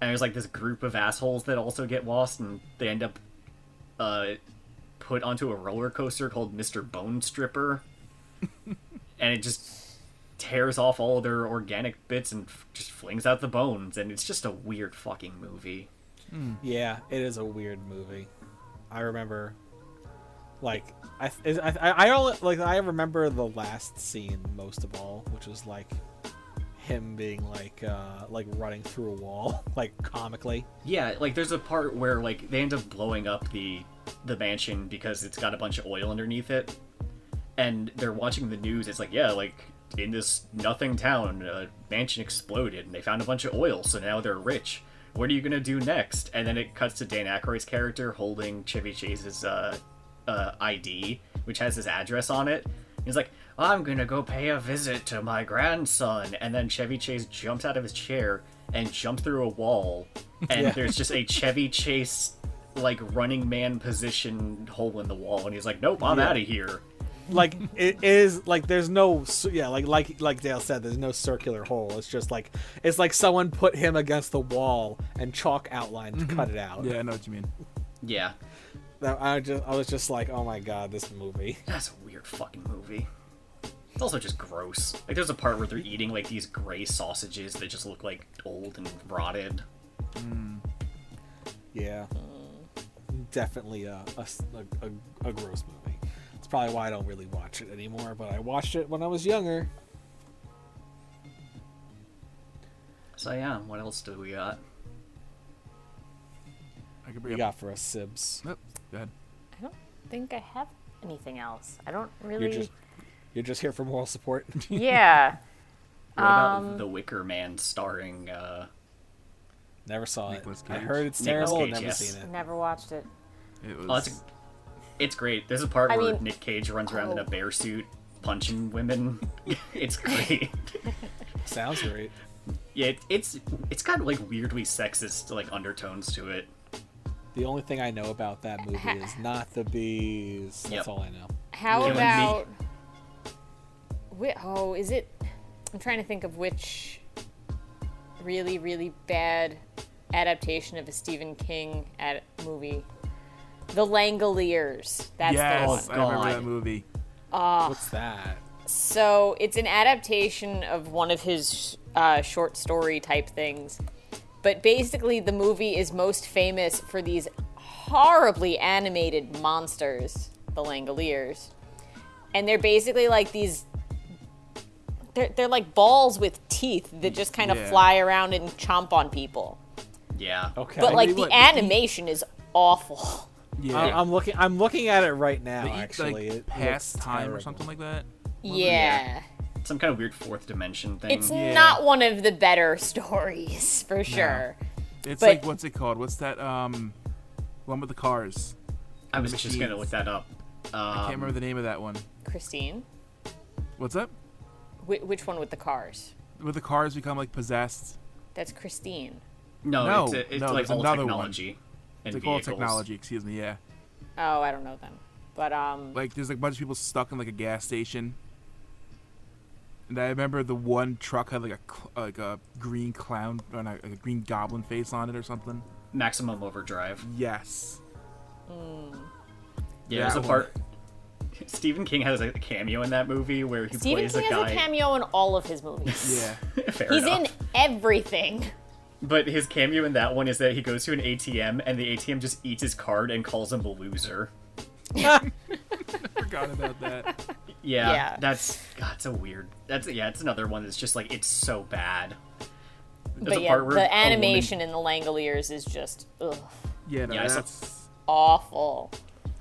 And there's like this group of assholes that also get lost and they end up uh, put onto a roller coaster called Mr. Bone Stripper. and it just tears off all of their organic bits and f- just flings out the bones. And it's just a weird fucking movie.
Yeah, it is a weird movie. I remember, like, I is- I I, I only, like I remember the last scene most of all, which was like him being like uh like running through a wall like comically
Yeah, like there's a part where like they end up blowing up the the mansion because it's got a bunch of oil underneath it, and they're watching the news. It's like yeah, like in this nothing town, a mansion exploded and they found a bunch of oil, so now they're rich. What are you gonna do next? And then it cuts to Dan Aykroyd's character holding Chevy Chase's uh, uh, ID, which has his address on it. He's like, I'm gonna go pay a visit to my grandson. And then Chevy Chase jumps out of his chair and jumps through a wall. And
Yeah.
there's just a Chevy Chase, like, running man position hole in the wall. And he's like, Nope, I'm out of here.
like it is like there's no s- yeah like like like dale said there's no circular hole it's just like it's like someone put him against the wall and chalk outline to cut it out
Yeah, I know what you mean.
Yeah.
That- i just i was just like oh my god this movie
That's a weird fucking movie. It's also just gross. Like, there's a part where they're eating, like, these gray sausages that just look, like, old and rotted.
yeah definitely a a s- a- a- a gross movie it's probably why i don't really watch it anymore but i watched it when i was younger
So, yeah, what else do we got?
I can
you
bring up. Oh,
got for us sibs
Nope. Go ahead.
I don't think I have anything else. I don't really.
you're just you're just here for moral support
Yeah.
What
Um,
about The Wicker Man starring, uh,
never saw it
Nicolas
i
Cage.
heard it's
Nicolas
terrible
Cage,
never
yes.
seen it
Never watched it.
It was.
oh, it's, it's great. There's a part
I
where
mean-
Nick Cage runs around in
Oh.
a bear suit punching women. it's great.
sounds great
yeah, it, it's, it's got, like, weirdly sexist, like, undertones to it.
The only thing I know about that movie is not the bees. That's
Yep.
all I know.
How
Killing me.
about? Whi oh, is it? I'm trying to think of which really, really bad adaptation of a Stephen King ad- movie. The Langoliers. That's the one.
yes, I remember
God.
that movie.
Ah.
What's that?
So it's an adaptation of one of his uh, short story type things. But basically, the movie is most famous for these horribly animated monsters, the Langoliers. And they're basically like these they're, they're like balls with teeth that just kind of
Yeah.
fly around and chomp on people.
Yeah.
Okay.
But like
mean,
the
what, the eat-
animation is awful.
Yeah.
I- I'm looking. I'm looking at it right now.
they eat,
Oh, actually,
like
it
past
looks
time or
terrible.
something like that.
Yeah.
Some kind of weird fourth dimension thing.
It's not one of the better stories for sure.
It's
But-
like what's it called? What's that um one with the cars?
I was just gonna
machines.
look that up. Um,
I can't remember the name of that one.
Christine,
What's up?
whi which one with the cars?
Where the cars become like possessed.
That's Christine.
no,
No,
it's, a, it's
no,
like
there's
all
another
technology.
It's
And
like all
vehicles.
technology, excuse me, yeah.
Oh, I don't know them. But um
Like there's like a bunch of people stuck in like a gas station. And I remember the one truck had like a cl- like a green clown or not, like a green goblin face on it or something.
Maximum overdrive.
Yes.
Yeah, there's
That
a part. Stephen King has a cameo in that movie where he
Stephen
plays
King
a
has
guy.
a cameo in all of his movies.
Yeah.
Fair
He's
enough.
in everything.
But his cameo in that one is that he goes to an ATM and the ATM just eats his card and calls him a loser.
Forgot about that.
Yeah,
Yeah.
that's God, it's a weird. That's yeah, it's another one that's just like it's so bad. There's
but
a
yeah,
part where a
the
woman-
animation in the Langoliers is just ugh,
Yeah, no,
Yeah, I saw-
that's
awful.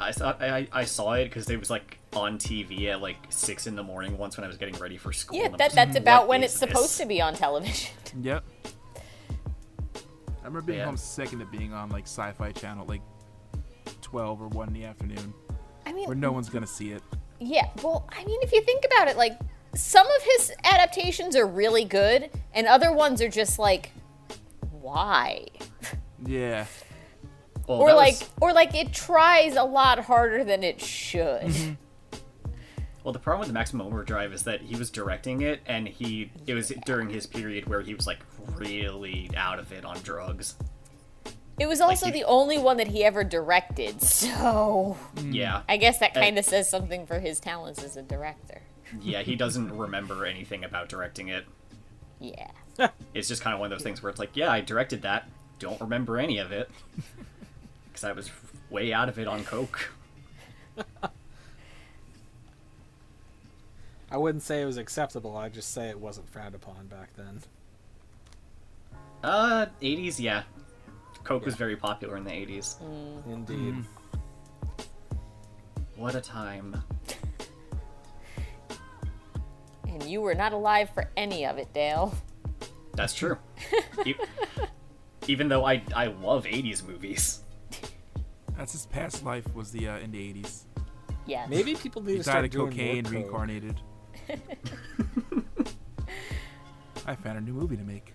I saw I, I saw it because it was like on TV at like six in the morning once when I was getting ready for school.
Yeah,
and I'm
that
just
that's
like,
about
"What
when
is
it's supposed
this?"
to be on television.
Yep. I remember being
Yeah.
home sick and it being on like Sci-Fi Channel like 12 or 1 in the afternoon
I
where
mean,
no one's going to see it.
yeah. Well, I mean, if you think about it, like some of his adaptations are really good, and other ones are just like, why?
Yeah.
Well,
Or
that
like,
was-
or like it tries a lot harder than it
Mm-hmm.
should.
well, the problem with the Maximum Overdrive is that he was directing it and he it was during his period where he was like really out of it on drugs.
It was also
you-
the only one that he ever directed, so
Yeah,
I guess that
Uh,
kind of says something for his talents as a director.
yeah, he doesn't remember anything about directing it.
Yeah.
It's just kind of one of those things where it's like, yeah, I directed that, don't remember any of it because I was way out of it on coke.
I wouldn't say it was acceptable. I'd just say it wasn't frowned upon back then.
Uh, 80s, yeah. Coke was very popular in the 80s.
Mm.
Indeed.
Hmm.
What a time.
And you were not alive for any of it, Dale.
That's true. E- Even though I, I love 80s movies.
That's his past life was the uh, in the 80s.
Yes.
Maybe people need
He
to
died
start
of
doing
cocaine,
more coke.
reincarnated. I found a new movie to make.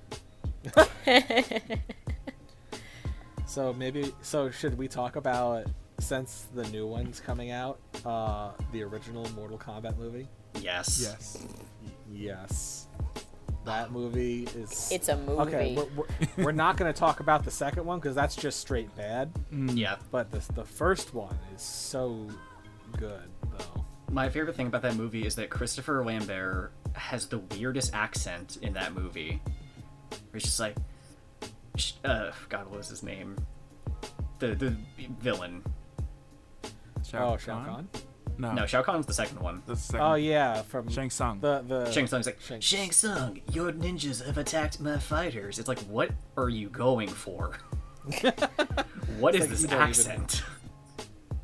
So maybe so should we talk about since the new one's coming out, uh the original Mortal Kombat movie?
Yes.
Yes.
Oh, Yes. That movie is
It's a movie.
Okay, we're, we're, we're not going to talk about the second one cuz that's just straight bad,
Mm. Yeah.
but the the first one is so good though.
My favorite thing about that movie is that Christopher Lambert has the weirdest accent in that movie. Where It's just like, sh- uh, God, what was his name? The the villain.
oh, Shao Kahn?
No.
No, Shao Kahn's the second one.
That's the second.
Oh yeah, from
Shang Tsung.
the the
Shang Tsung's like,
Shang-
Shang Tsung, your ninjas have attacked my fighters. It's like, what are you going for? what
like
is
you
this
don't even-
accent?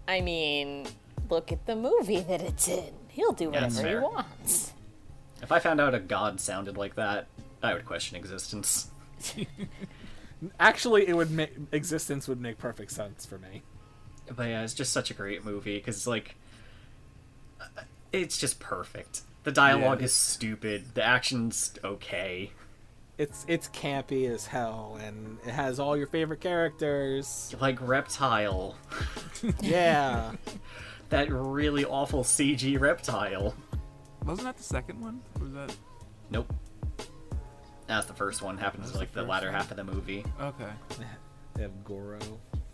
I mean, look at the movie that it's in. He'll do
Yeah, that's
whatever he
fair.
wants.
If I found out a god sounded like that, I would question existence.
Actually, it would make existence would make perfect sense for me.
But yeah, it's just such a great movie because it's like, uh, it's just perfect. The dialogue
Yeah.
is stupid. The action's okay.
It's it's campy as hell, and it has all your favorite characters.
Like reptile,
Yeah,
that really awful CG reptile.
Wasn't that the second one? Or was that
Nope. That's the first one. Happens
That's the
like the
first
latter
one.
half of the movie.
Okay.
they have Goro.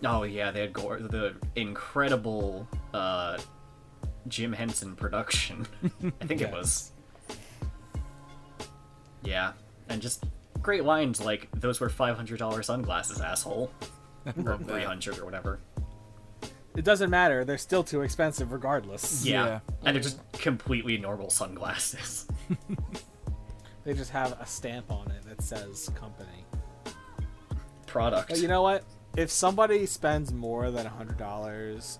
Oh yeah, they had gore, the incredible uh, Jim Henson production. I think it was. Yeah, and just great lines like "Those were five hundred dollar sunglasses, asshole," or three hundred or whatever.
It doesn't matter; they're still too expensive, regardless.
Yeah.
Yeah.
and they're just completely normal sunglasses.
They just have a stamp on it that says company.
Product.
But you know what? If somebody spends more than hundred dollars,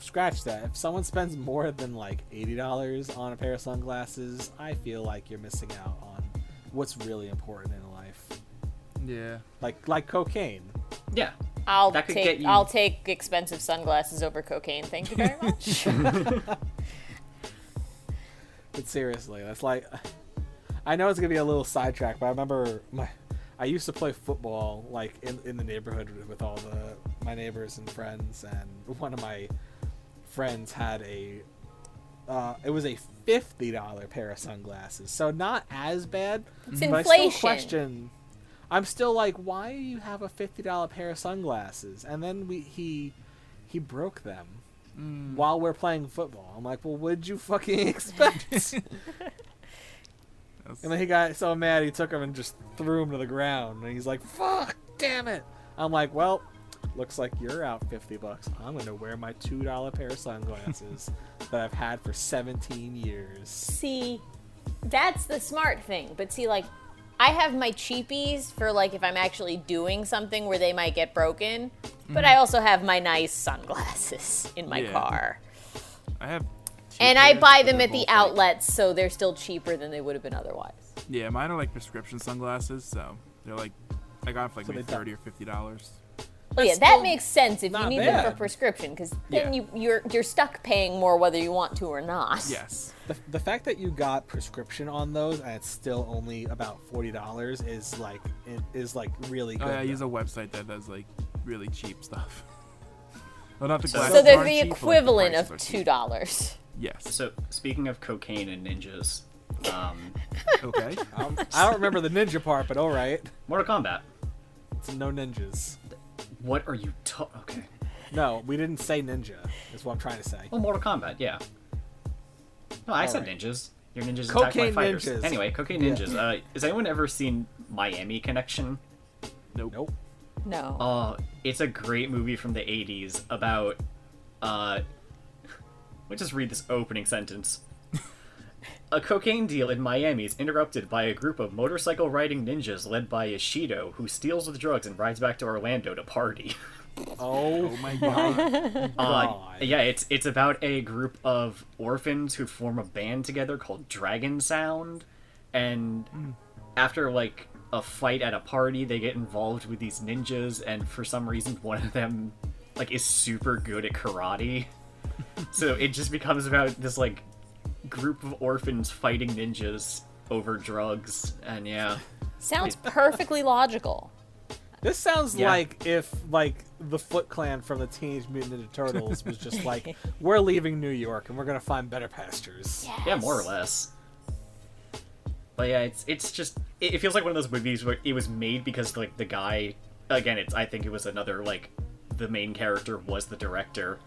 scratch that. If someone spends more than like eighty dollars on a pair of sunglasses, I feel like you're missing out on what's really important in life,
Yeah.
like like cocaine.
yeah.
I'll
That could
take
get you-
I'll take expensive sunglasses over cocaine. Thank you very much.
But seriously, that's like, I know it's gonna be a little sidetrack, but I remember my, I used to play football like in, in the neighborhood with, with all the my neighbors and friends, and one of my friends had a, uh, it was a fifty dollar pair of sunglasses, so not as bad.
It's
but I
inflation.
still question. I'm still like, why do you have a fifty dollar pair of sunglasses? And then we he, he broke them. While we're playing football, I'm like, well, what'd you fucking expect?
That's,
And then he got so mad he took him and just threw him to the ground. And he's like, "Fuck, damn it!" I'm like, "Well, looks like you're out fifty bucks. I'm gonna wear my two dollar pair of sunglasses that I've had for seventeen years."
see, that's the smart thing. But see, like, I have my cheapies for like if I'm actually doing something where they might get broken. But
Mm-hmm.
I also have my nice sunglasses in my
Yeah.
car,
I have.
and I
cheap
buy
pairs, but
them
they're
at the
both, like-
outlets, so they're still cheaper than they would have been otherwise.
yeah, mine are like prescription sunglasses, so they're like, I got them for like
So
maybe
they don't-
thirty or fifty dollars.
Oh yeah,
That's
that
still
makes sense if you
not
need them for
bad.
prescription, because
Yeah.
then you you're you're stuck paying more whether you want to or not.
Yes.
The, the fact that you got prescription on those and it's still only about forty dollars is like it is like really good.
Oh, yeah, I
though.
use a website that does like really cheap stuff. well, not the
So-
glasses
So they're
aren't
the
cheap, but, like, the
equivalent
prices
of
are
two
cheap.
dollars.
Yes.
So speaking of cocaine and ninjas, um,
Okay. Oh
Um, I don't remember the ninja part, but all right,
Mortal Kombat.
it's no ninjas.
What are you ta- okay?
No, we didn't say ninja. Is what I'm trying to say.
Well, Mortal Kombat, yeah. No, I said
Alright.
ninjas. Your ninjas
Cocaine
attack my fighters.
ninjas.
Anyway, cocaine
Yeah.
ninjas. Uh, has anyone ever seen Miami Connection?
Nope.
Nope.
No.
Uh,
Oh, it's a great movie from the 80s about. Uh, let's just read this opening sentence. a cocaine deal in Miami is interrupted by a group of motorcycle riding ninjas led by Ishido, who steals the drugs and rides back to Orlando to party.
Oh,
Oh my god.
Uh,
God.
yeah, it's it's about a group of orphans who form a band together called Dragon Sound, and after like a fight at a party, they get involved with these ninjas, and for some reason, one of them like is super good at karate, so it just becomes about this like group of orphans fighting ninjas over drugs, and yeah,
Sounds perfectly logical.
This sounds
Yeah.
like if like the Foot Clan from the Teenage Mutant Ninja Turtles was just like, we're leaving New York and we're gonna find better pastures.
Yeah, more or less. But yeah, it's it's just it, it feels like one of those movies where it was made because like the guy again, it's I think it was another like the main character was the director,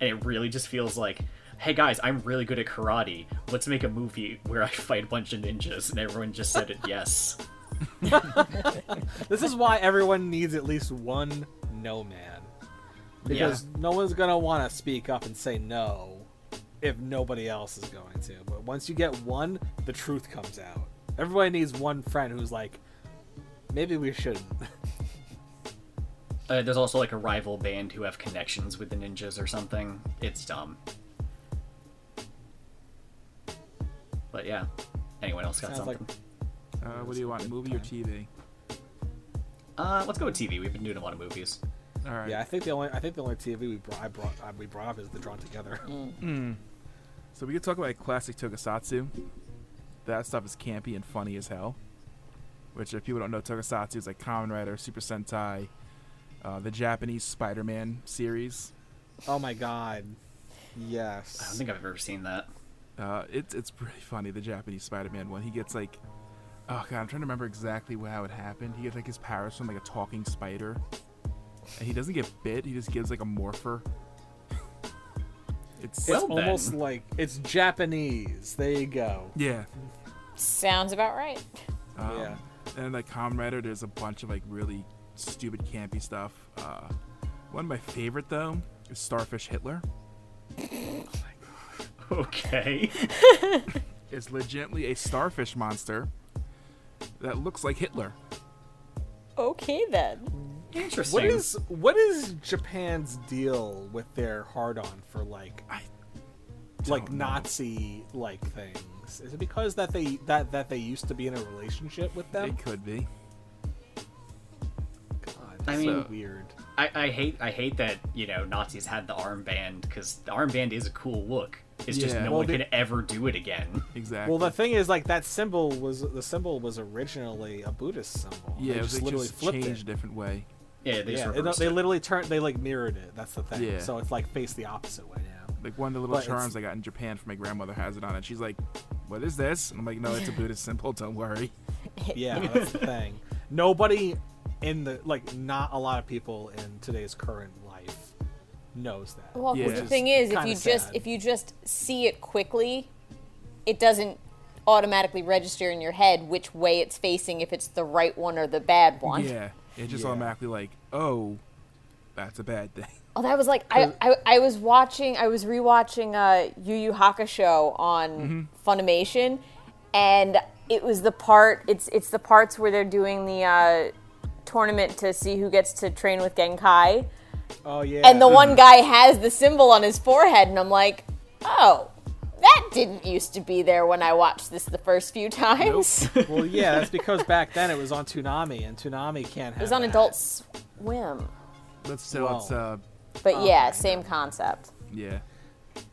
and it really just feels like, hey guys, I'm really good at karate. Let's make a movie where I fight a bunch of ninjas, and everyone just said it yes.
This is why everyone needs at least one no man, because no one's gonna want to speak up and say no if nobody else is going to. But once you get one, the truth comes out. Everybody needs one friend who's like, maybe we shouldn't.
Uh, there's also like a rival band who have connections with the ninjas or something. It's dumb. But yeah. Anyone else got
Sounds like-
something?
Uh, what do you want, movie or TV?
Uh, let's go with TV. We've been doing a lot of movies.
All right.
Yeah, I think the only I think the only TV we brought, I brought I, we brought up is the Drawn Together.
Mm.
So we could talk about like, classic tokusatsu. That stuff is campy and funny as hell. Which, if people don't know, tokusatsu is like Kamen Rider, Super Sentai, uh, the Japanese Spider-Man series.
Oh my god.
I don't
Yes.
think I've ever seen that.
Uh, it's it's pretty funny. The Japanese Spider-Man one. He gets like, oh god, I'm trying to remember exactly wh- how it happened. He gets like his powers from like a talking spider, and he doesn't get bit. He just gives like a morpher. it's
It's
Well then.
almost like it's Japanese. There you go.
yeah.
Sounds about right.
Um,
Yeah.
And like Kamen Rider, there's a bunch of like really stupid campy stuff. Uh, one of my favorite though is Starfish Hitler.
Okay.
It's legitimately a starfish monster that looks like Hitler.
Okay then.
Interesting.
What is what is Japan's deal with their hard on for like
I
like
don't know.
Nazi like things? Is it because that they that that they used to be in a relationship with them?
It could be.
God,
I
that's
mean-
so weird.
I, I hate I hate that you know Nazis had the armband because the armband is a cool look. It's just
Yeah.
no
Well,
one
the-
could ever do it again.
Exactly.
Well, the thing is, like that symbol was the symbol was originally a Buddhist symbol.
yeah,
they
it was
just
like
literally
just
flipped
changed
it.
a different way.
Yeah, they
Yeah,
just
they,
reversed
they
it.
literally turned, they like mirrored it. That's the thing.
Yeah.
So it's like face the opposite way now.
Like one of the little
But it's-
charms I got in Japan from my grandmother has it on, and she's like, "What is this?" And I'm like, "No, it's a Buddhist symbol. Don't worry."
Yeah, that's the thing. Nobody in the like, not a lot of people in today's current life knows that.
Well,
Yeah.
the
Which
thing is, if
kinda
you just
sad.
if you just see it quickly, it doesn't automatically register in your head which way it's facing, if it's the right one or the bad one.
Yeah, it just
Yeah.
automatically like, "Oh, that's a bad thing."
Oh, that was like I, I I was watching I was rewatching uh Yu Yu Hakusho on Funimation and it was the part it's it's the parts where they're doing the uh, tournament to see who gets to train with Genkai
oh yeah.
and the one guy has the symbol on his forehead and I'm like, "Oh, that didn't used to be there when I watched this the first few times." it
well, yeah, that's because back then it was on Toonami, and Toonami can't have.
was on
that.
Adult Swim.
Let's so it's
Whoa.
uh,
But
Oh,
yeah, same concept.
yeah.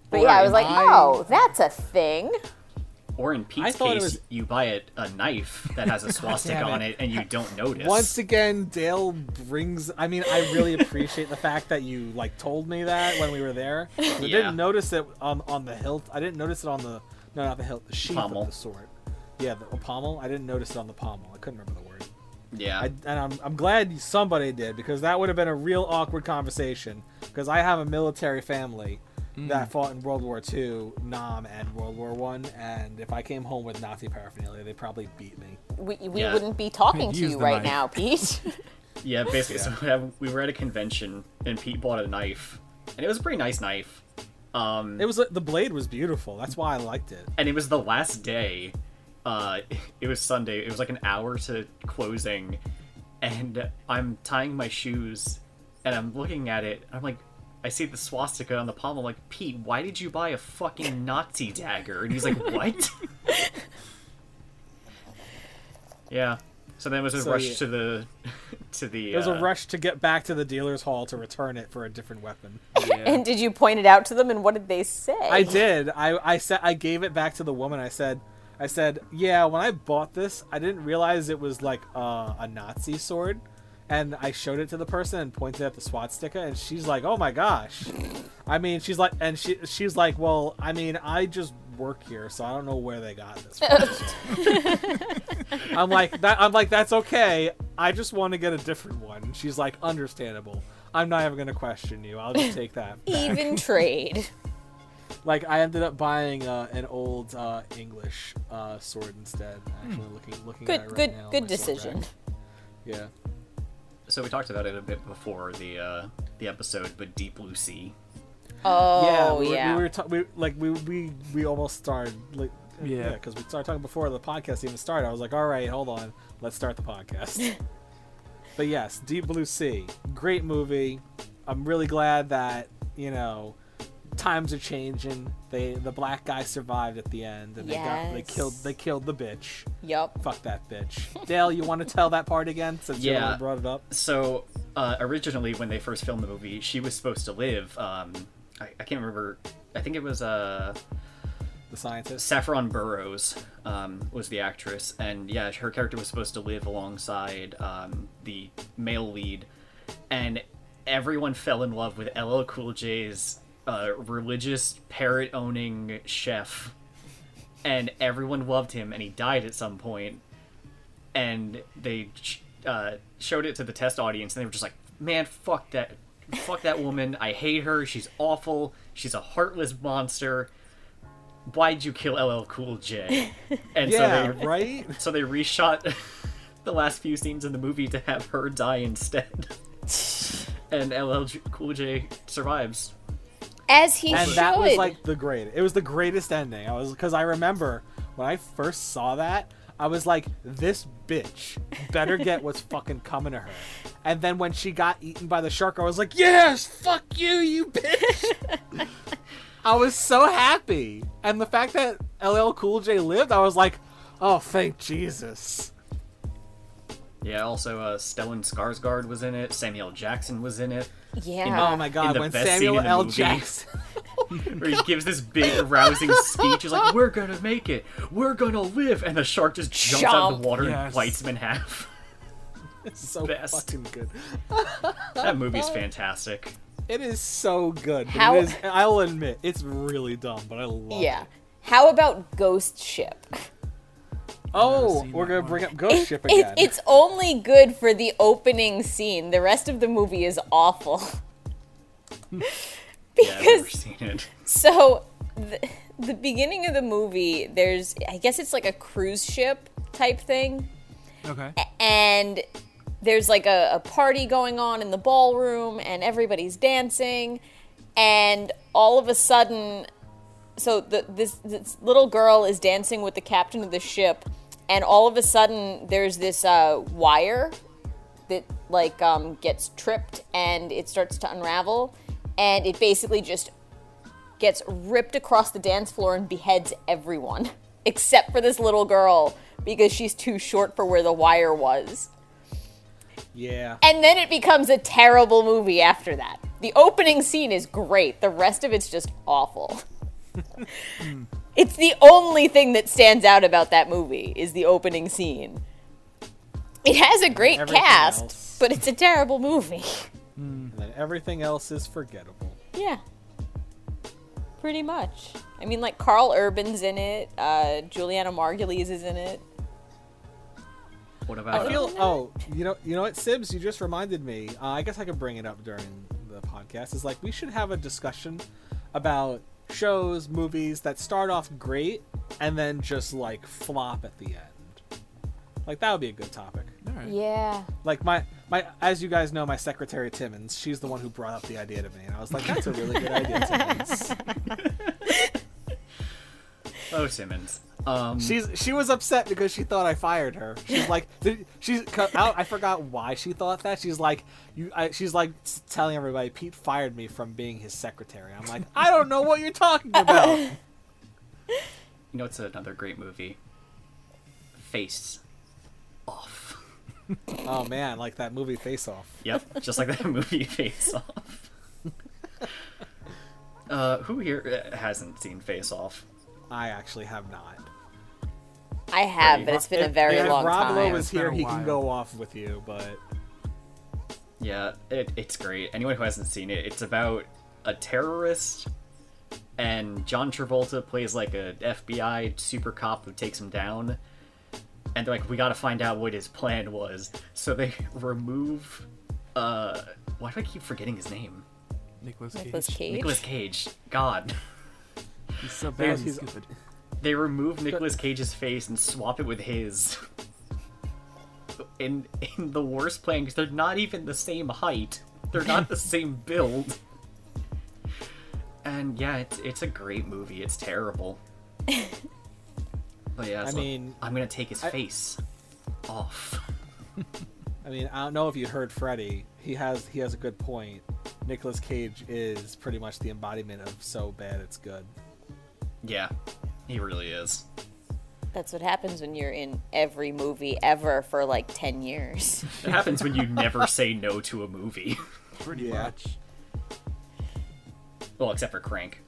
But yeah, I was like,
Right.
"Oh, that's a thing."
Or in
I
Pete's
thought it
case,
was-
you buy a, a knife that has a swastika
damn
on
it.
it and you don't notice.
Once again, Dale brings. I mean, I really appreciate the fact that you like told me that when we were there. 'Cause I
Yeah.
didn't notice it on on the hilt. I didn't notice it on the no, not the hilt, the sheath
Pommel.
of the sword. Yeah, the, the pommel. I didn't notice it on the pommel. I couldn't remember the word.
yeah,
I, and I'm I'm glad somebody did because that would have been a real awkward conversation because I have a military family that fought in World War II, Nam, and World War One, and if I came home with Nazi paraphernalia, they probably beat me.
we, we
Yeah.
wouldn't be talking to
Use
you
the
right
knife.
now, Pete.
yeah. Basically, so we, have, we were at a convention and Pete bought a knife, and it was a pretty nice knife. Um,
It was the blade was beautiful. That's why I liked it.
and it was the last day. Uh, it was Sunday. It was like an hour to closing, and I'm tying my shoes, and I'm looking at it. I'm like, I see the swastika on the pommel. I'm like, Pete, why did you buy a fucking Nazi dagger? And he's like, what? yeah. So then it was a
So,
rush
yeah.
to the to the.
It was
uh,
a rush to get back to the dealer's hall to return it for a different weapon.
yeah.
and did you point it out to them? And what did they say?
I did. I I said I gave it back to the woman. I said I said, "Yeah, when I bought this, I didn't realize it was like uh, a Nazi sword." And I showed it to the person and pointed at the swastika and she's like, "Oh my gosh." I mean, she's like and she she's like, "Well, I mean, I just work here, so I don't know where they got this." From. I'm like, that I'm like, "That's okay. I just want to get a different one." And she's like, "Understandable. I'm not even going to question you. I'll just take that."
Even trade.
Like I ended up buying uh, an old uh, English uh, sword instead. Actually, looking looking
Good,
at it right
good,
now on
good
my sword
decision.
rack. Yeah.
So we talked about it a bit before the uh, the episode, but Deep Blue Sea.
Oh yeah.
we were, We were ta- we, like we, we we almost started like uh,
Yeah.
yeah because we started talking before the podcast even started. I was like, all right, hold on, let's start the podcast. but yes, Deep Blue Sea, great movie. I'm really glad that you know times are changing. They the black guy survived at the end, and they got they
Yes.
killed they killed the bitch.
Yup.
Fuck that bitch. Dale, you want to tell that part again since you
Yeah.
you brought it up?
so uh, originally when they first filmed the movie she was supposed to live um, I, I can't remember i think it was uh,
The scientist.
saffron burrows um, was the actress and yeah her character was supposed to live alongside um, the male lead and everyone fell in love with ll cool j's uh, religious parrot owning chef and everyone loved him and he died at some point and they sh- uh, showed it to the test audience, and they were just like, "Man, fuck that, fuck that woman. I hate her. She's awful. She's a heartless monster. Why'd you kill LL Cool J?" And
Yeah,
so they
right.
so they reshot the last few scenes in the movie to have her die instead, and LL J- Cool J survives.
As he
and
should.
that was like the great. It was the greatest ending. I was because I remember when I first saw that, I was like, this bitch better get what's fucking coming to her. And then when she got eaten by the shark, I was like, yes, fuck you, you bitch. I was so happy. And the fact that LL Cool J lived, I was like, oh, thank Jesus.
Yeah, also uh, Stellan Skarsgård was in it. Samuel Jackson was in it.
Yeah.
Oh my god,
the
when
best scene
Samuel
in the
L.
movie.
Jackson.
Where he gives this big rousing speech. He's like, "We're gonna make it. We're gonna live." And the shark just jumps out of
Jump.
the water
Yes.
and bites him in half.
It's so
Best.
fucking good.
that movie's fantastic.
It is so good. but
How-
It is, I'll admit, it's really dumb, but I love
Yeah.
it.
How about Ghost Ship?
Oh,
seen
we're
that
gonna
one.
bring up Ghost Ship
It-
again.
it's only good for the opening scene. The rest of the movie is awful.
Yeah, I've never
because
seen it.
so the, the beginning of the movie, there's I guess it's like a cruise ship type thing,
Okay.
and there's like a, a party going on in the ballroom, and everybody's dancing, and all of a sudden, so the, this this little girl is dancing with the captain of the ship, and all of a sudden there's this uh, wire that like um, gets tripped and it starts to unravel, and it basically just gets ripped across the dance floor and beheads everyone except for this little girl because she's too short for where the wire was.
yeah.
And then it becomes a terrible movie after that. The opening scene is great, the rest of it's just awful. it's the only thing that stands out about that movie is the opening scene. It has a great
everything
cast,
else-
but it's a terrible movie.
And then everything else is forgettable.
Yeah. Pretty much. I mean, like, Carl Urban's in it, uh, Juliana Margulies is in it.
What
I
about?
feel. Oh, you know, you know what, Sibs, you just reminded me. Uh, I guess I could bring it up during the podcast. Is like we should have a discussion about shows, movies that start off great and then just like flop at the end. Like that would be a good topic.
All right.
Yeah.
Like my my as you guys know, my secretary Timmons, she's the one who brought up the idea to me, and I was like, that's a really good idea. Timmons.
oh, Simmons. Um,
She's she was upset because she thought I fired her. She's like, did- she's co- I, I forgot why she thought that. She's like, you. I, she's like s- telling everybody Pete fired me from being his secretary. I'm like, I don't know what you're talking about.
You know, it's another great movie. Face Off.
oh man, like that movie Face Off.
Yep, just like that movie Face Off. Uh, who here uh, hasn't seen Face Off?
I actually have not.
I have, but it's been a very
if,
long
if Roblo
time.
was
It's been
here,
a
he can
while.
go off with you, but
Yeah, it, it's great. Anyone who hasn't seen it, it's about a terrorist, and John Travolta plays like a FBI super cop who takes him down. And they're like, we gotta find out what his plan was. So they remove. Uh, why do I keep forgetting his name?
Nicholas Cage.
Nicholas Cage.
Nicholas Cage. God.
He's so bad.
He's-
He's stupid.
They remove Nicolas Cage's face and swap it with his. In in the worst plan, because they're not even the same height. They're not the same build. And yeah, it's it's a great movie. It's terrible. But yeah,
I
it's like,
mean-
I'm gonna take his face off.
I mean, I don't know if you heard Freddie. He has he has a good point. Nicolas Cage is pretty much the embodiment of so bad it's good.
Yeah, he really is.
That's what happens when you're in every movie ever for like 10 years.
It happens when you never say no to a movie.
Pretty
Yeah.
much.
well, except for Crank.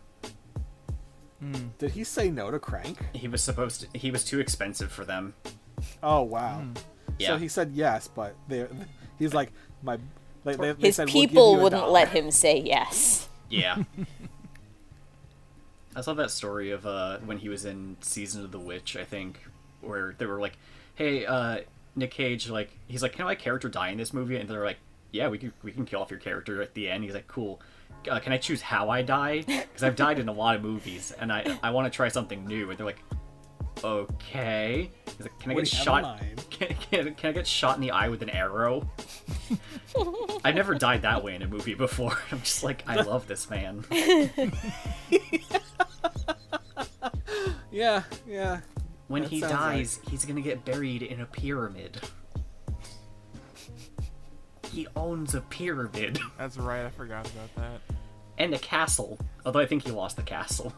Did he say no to Crank?
He was supposed to. He was too expensive for them.
Oh wow.
Yeah.
So he said yes, but they he's like my like they, they
His
said, "We'll give
people
you a
wouldn't
dollar."
let him say yes.
Yeah. I saw that story of uh, when he was in Season of the Witch, I think, where they were like, "Hey, uh, Nick Cage, like, he's like, can my character die in this movie?" And they're like, "Yeah, we can, we can kill off your character at the end." He's like, "Cool. Uh, can I choose how I die? Because I've died in a lot of movies, and I I want to try something new." And they're like, "Okay." He's like, "Can I
What
get
do you have in
shot?
mind?"
Can, can, can I get shot in the eye with an arrow?" I've never died that way in a movie before. I'm just like, I love this man.
Yeah, yeah.
When
That
he
sounds
dies, he's gonna get buried in a pyramid. he owns a pyramid
That's right. I forgot about that.
and a castle. Although I think he lost the castle.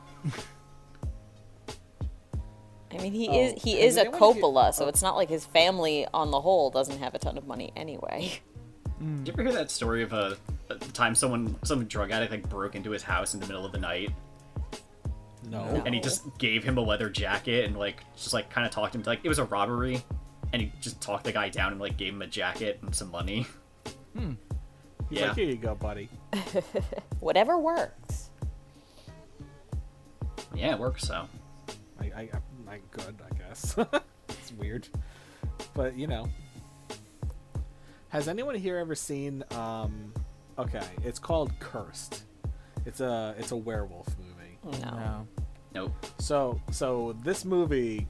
I mean, he
Oh,
is he
and
is
they
a
wanna get-
Coppola, so
oh.
it's not like his family on the whole doesn't have a ton of money anyway.
Hmm.
Did you ever hear that story of a, a time someone some drug addict like broke into his house in the middle of the night
No.
No.
and he just gave him a leather jacket and like just like kind of talked him to like it was a robbery and he just talked the guy down and like gave him a jacket and some money.
Hmm. He's
Yeah.
like, here you go, buddy.
Whatever works.
Yeah, it works so.
I, I, I, I good, I guess. it's weird, but you know. Has anyone here ever seen? Um, okay, it's called Cursed. It's a it's a werewolf movie.
No.
No.
Nope.
So so this movie,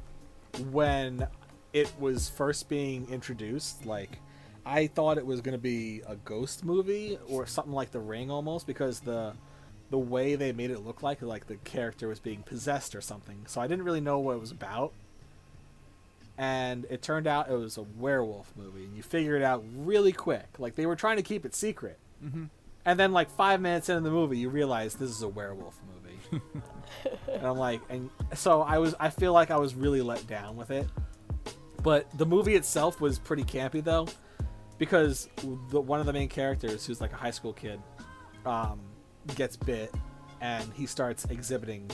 when it was first being introduced, like I thought it was gonna be a ghost movie or something like The Ring almost because the the way they made it look like like the character was being possessed or something. So I didn't really know what it was about. And it turned out it was a werewolf movie, and you figure it out really quick. Like they were trying to keep it secret, mm-hmm. and then like five minutes into the movie, you realize this is a werewolf movie and I'm like, and so I was, I feel like I was really let down with it. But the movie itself was pretty campy though, because the, one of the main characters, who's like a high school kid, um, gets bit, and he starts exhibiting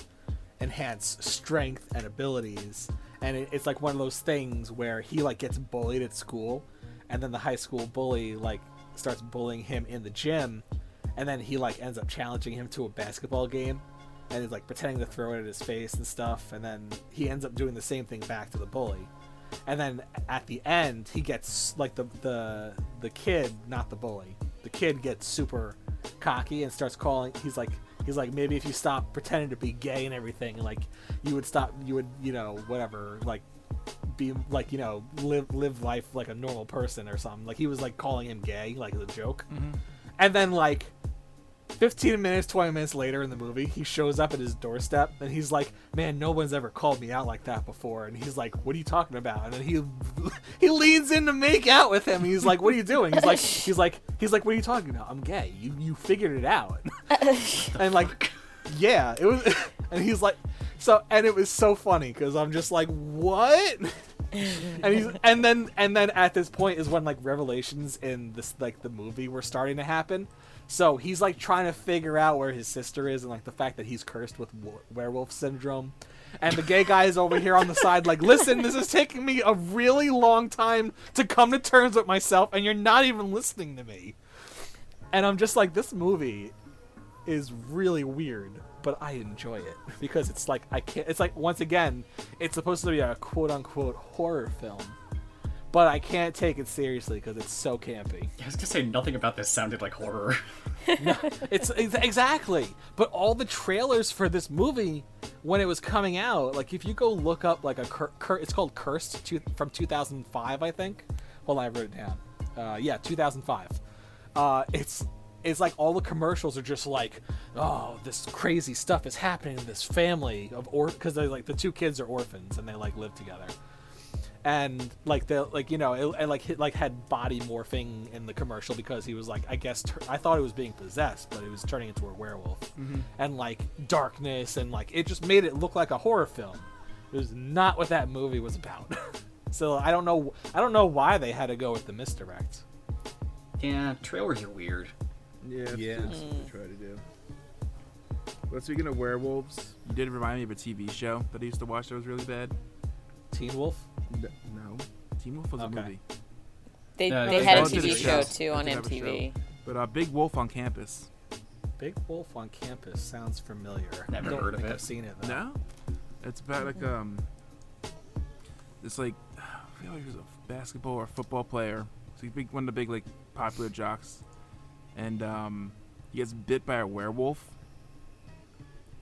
enhanced strength and abilities, and it, it's like one of those things where he like gets bullied at school, and then the high school bully like starts bullying him in the gym, and then he like ends up challenging him to a basketball game and he's like pretending to throw it at his face and stuff and then he ends up doing the same thing back to the bully and then at the end he gets like the the the kid not the bully the kid gets super cocky and starts calling he's like he's like maybe if you stop pretending to be gay and everything like you would stop you would you know whatever like be like you know live live life like a normal person or something like he was like calling him gay like as a joke and then like 15 minutes, 20 minutes later in the movie, he shows up at his doorstep and he's like, "Man, no one's ever called me out like that before." And he's like, "What are you talking about?" And then he he leans in to make out with him. And he's like, "What are you doing?" He's like, he's like, he's like, "What are you talking about? I'm gay. You you figured it out." and like, yeah, it was. And he's like, so and it was so funny because I'm just like, what? and he's and then and then at this point is when like revelations in this like the movie were starting to happen so he's like trying to figure out where his sister is and like the fact that he's cursed with wa- werewolf syndrome and the gay guy is over here on the side like listen this is taking me a really long time to come to terms with myself and you're not even listening to me and i'm just like this movie is really weird, but I enjoy it because it's like I can't. It's like once again, it's supposed to be a quote unquote horror film, but I can't take it seriously because it's so campy.
I was gonna say nothing about this sounded like horror.
It's ex- exactly. But all the trailers for this movie when it was coming out, like if you go look up like a cur- cur- it's called Cursed two- from 2005, I think. Hold on, I wrote it down. Uh, yeah, 2005. Uh, it's it's like all the commercials are just like, oh, this crazy stuff is happening in this family of or because they like the two kids are orphans and they like live together and like the like you know it, it like hit, like had body morphing in the commercial because he was like I guess tur- I thought it was being possessed but it was turning into a werewolf and like darkness and like it just made it look like a horror film. It was not what that movie was about. so I don't know I don't know why they had to go with the misdirect.
yeah, trailers are weird.
Yeah, that's-
Yeah.
that's what they try to do. But speaking of werewolves,
You did remind me of a TV show that I used to watch that was really bad.
Teen Wolf.
n- no,
Teen Wolf was
Okay.
a movie.
They,
No,
they
they
had a
both did
TV
a
show
show.
too on
They did have a
MTV.
But uh, Big Wolf on Campus.
Big Wolf on Campus sounds familiar.
Never
don't
heard of
think
it.
I've seen it though.
No? It's about like um it's like I feel like he was a basketball or football player. So he's big one of the big like popular jocks. And um he gets bit by a werewolf.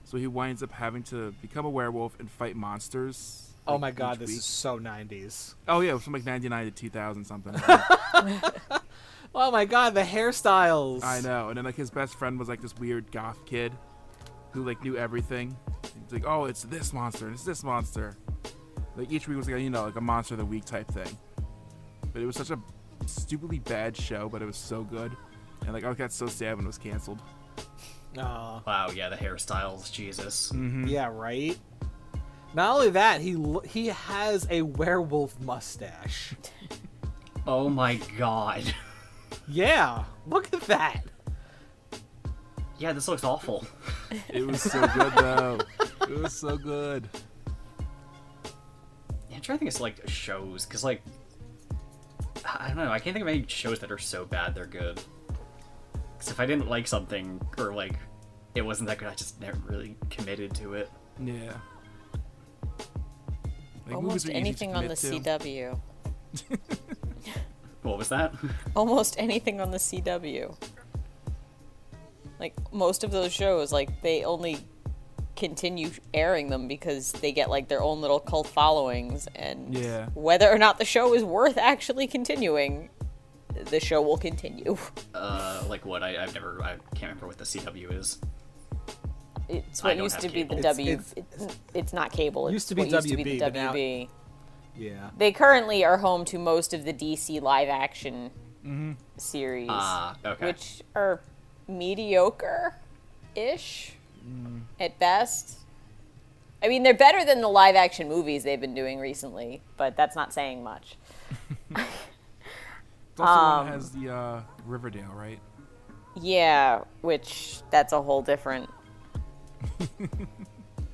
So he winds up having to become a werewolf and fight monsters.
Oh
like,
my god,
each
this
week.
is so 90s.
Oh yeah, it was from like 99 to 2000 something.
Oh my god, the hairstyles.
I know. And then like his best friend was like this weird goth kid who like knew everything. He's like, oh, it's this monster and it's this monster. Like each week was like a, you know like a monster of the week type thing. But it was such a stupidly bad show, but it was so good. And like I got so sad when it was canceled.
Aw.
Wow, yeah, the hairstyles, Jesus.
Yeah, right. Not only that, he lo- he has a werewolf mustache.
Oh my god.
Yeah, look at that.
Yeah, this looks awful.
It was so good though. It was so good.
Yeah, I'm trying to think of like shows, because like I don't know, I can't think of any shows that are so bad they're good. Because if I didn't like something or like it wasn't that good, I just never really committed to it.
Yeah. Like, movies
Almost
are easy to
anything on the
commit to.
CW.
What was that?
Almost anything on the CW. Like most of those shows, like they only continue airing them because they get like their own little cult followings, and
Yeah.
whether or not the show is worth actually continuing, the show will continue.
uh, like what? I, I've never, I can't remember what the CW is.
It's
I
what
don't
used to
have
be the
cable.
It's-
W. It's,
it's-
it's not cable. It's
Used to be
what
WB,
the
but now-
WB.
Yeah.
They currently are home to most of the DC live action
Mm-hmm.
series,
Ah, okay.
which are mediocre ish at best. I mean, they're better than the live action movies they've been doing recently, but that's not saying much.
It's also one
Um,
that has the uh, Riverdale, right?
Yeah, which that's a whole different.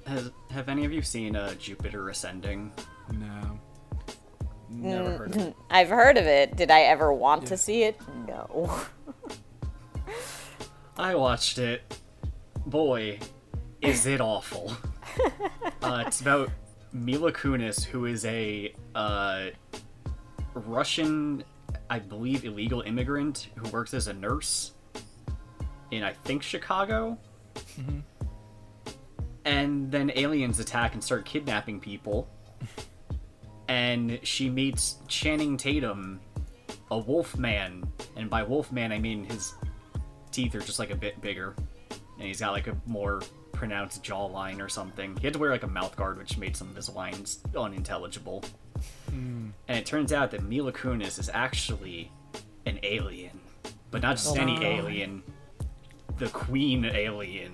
Has, have any of you seen uh, Jupiter Ascending?
No.
Never heard of it.
I've heard of it. Did I ever want
Yeah.
to see it? No.
I watched it. Boy, is it awful. uh, it's about Mila Kunis, who is a uh, Russian, I believe, illegal immigrant who works as a nurse in, I think, Chicago. And then aliens attack and start kidnapping people. And she meets Channing Tatum, a wolf man. And by wolf man, I mean his teeth are just like a bit bigger and he's got like a more pronounced jawline or something he had to wear like a mouth guard which made some of his lines unintelligible
Hmm.
and it turns out that mila kunis is actually an alien but not
Oh
just any alien the queen alien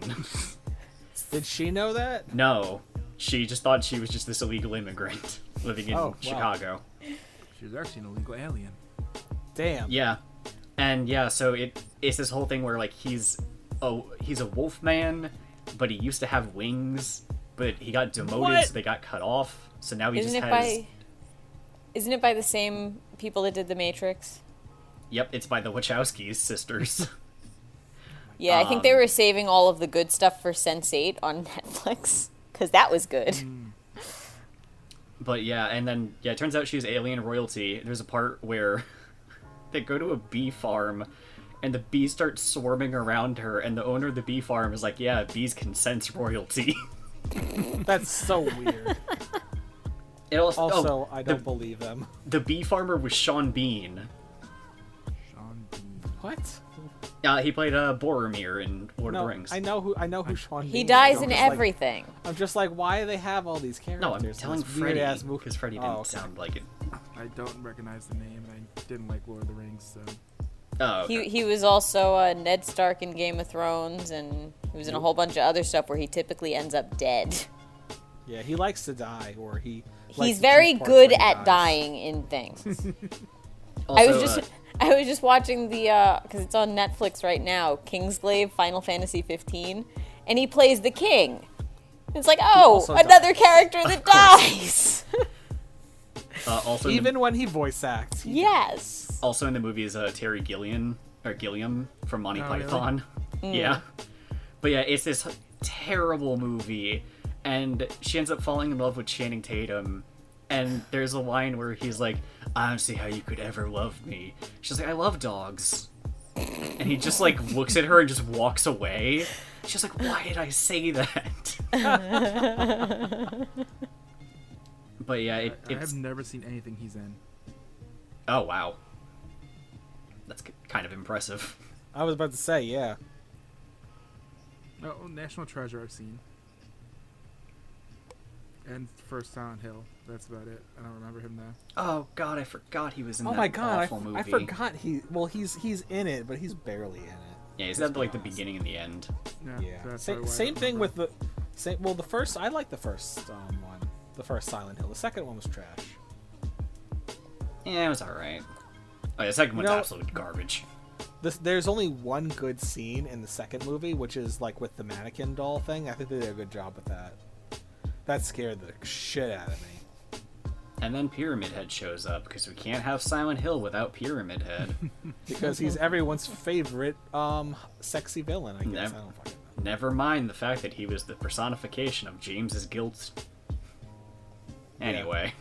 Did she know that?
no she just thought she was just this illegal immigrant living in
Oh, wow.
chicago
She was actually an illegal alien.
Damn.
Yeah, and yeah, so it it's this whole thing where like he's oh he's a wolf man, but he used to have wings, but he got demoted,
What?
so they got cut off. So now he
Isn't it
just has.
by? Isn't it by the same people that did The Matrix?
Yep, it's by the Wachowskis sisters.
Yeah, I think they were saving all of the good stuff for Sense Eight on Netflix because that was good.
but yeah, and then yeah, it turns out she's alien royalty. There's a part where they go to a bee farm. And the bees start swarming around her, and the owner of the bee farm is like, "Yeah, bees can sense royalty."
That's so weird.
It also, oh,
Also, I
the-
don't believe them.
the bee farmer was Sean Bean,
Sean Bean.
What?
Uh, he played uh, Boromir in Lord of
No,
the Rings.
I know who I know who Sean.
He
Bean
dies
is.
in
I'm just like-
everything.
I'm just like, why do they have all these characters?
no, I'm
in this
telling
weird
Freddy
ass movie?
because Freddy didn't
Oh, okay.
sound like it.
I don't recognize the name, and I didn't like Lord of the Rings, so
Oh,
He
okay.
he was also uh, Ned Stark in Game of Thrones, and he was in a whole bunch of other stuff where he typically ends up dead.
Yeah, he likes to die, or he. likes
He's
to
very
keep parts
good
where he
at
dies.
dying in things. I
Also,
was just
uh,
I was just watching the because it's on Netflix right now. Kingsglaive Final Fantasy 15, and he plays the king. It's like oh,
also
another
dies.
character that dies.
uh, also in the-
Even when he voice acts, he
yes.
also in the movie is uh, Terry Gillian or Gilliam from Monty
Oh, really?
Python. Yeah, but yeah, it's this terrible movie, and she ends up falling in love with Channing Tatum. And there's a line where he's like, "I don't see how you could ever love me." She's like, "I love dogs," and he just like looks at her and just walks away. She's like, "Why did I say that?" but yeah, it,
I have
it's
never seen anything he's in.
Oh wow, that's k- kind of impressive.
I was about to say, yeah.
Oh, No, National Treasure I've seen.
and first Silent Hill. That's about it. I don't remember him now.
Oh God, I forgot he was in
Oh
that
my god, I,
awful
f-
movie.
I forgot he. Well, he's he's in it, but he's barely in it.
Yeah, is that like the beginning and the end?
Yeah. so
Yeah.
that's
Same,
probably why I
same
don't
thing
remember.
with the. Same. Well, the first I like the first um, one, the first Silent Hill. The second one was trash.
Yeah, it was all right. Oh, the second one's
know-
absolute garbage.
This, there's only one good scene in the second movie, which is like with the mannequin doll thing. I think they did a good job with that. That scared the shit out of me.
And then Pyramid Head shows up because we can't have Silent Hill without Pyramid Head.
because he's everyone's favorite um sexy villain. I guess
Never.
I don't fucking know.
Never mind the fact that he was the personification of James's guilt. Anyway,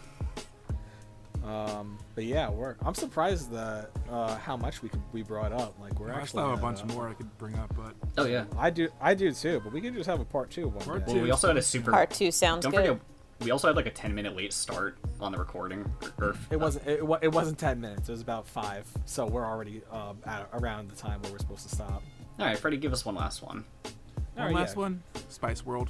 But yeah, we're. I'm surprised that uh, how much we could, we brought up. Like we're
I
actually.
still have Oh, a
not,
bunch
uh,
more I could bring up, but
oh yeah.
I do. I do too. But we could just have a part two one
Part
day.
two.
Well, we also had a super.
Part two sounds
Don't
good.
forget, we also had like a ten minute late start on the recording. Or, or-
It wasn't. It, wa- it wasn't ten minutes. It was about five. So we're already um, at, around the time where we're supposed to stop.
all right, Freddie, give us one last one.
one
All right,
last
Oh, yeah.
one, Spice World.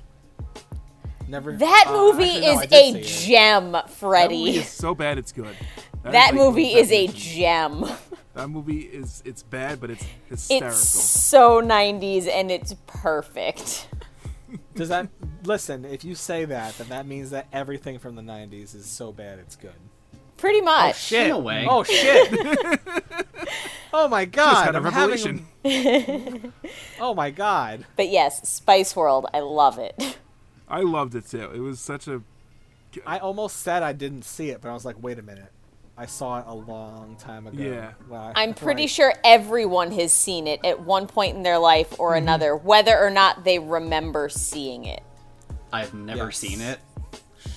Never.
That
uh,
movie
actually, no, I
is
did
a
see it.
gem, Freddy.
It's so bad it's good.
That
like
movie
the
is a
definition.
gem.
That movie is it's bad, but it's hysterical.
It's so 90s and it's perfect.
Does that listen? If you say that, then that means that everything from the '90s is so bad it's good.
Pretty much.
Shit.
No way.
Oh shit. oh my god.
had a
I'm having
revelation.
oh my god.
But yes, Spice World, I love it.
I loved it too. It was such a
I almost said I didn't see it, but I was like, wait a minute. I saw it a long time ago.
Yeah.
When I-
I'm
when
pretty
I-
sure everyone has seen it at one point in their life or another, whether or not they remember seeing it.
I've never
Yes.
seen it.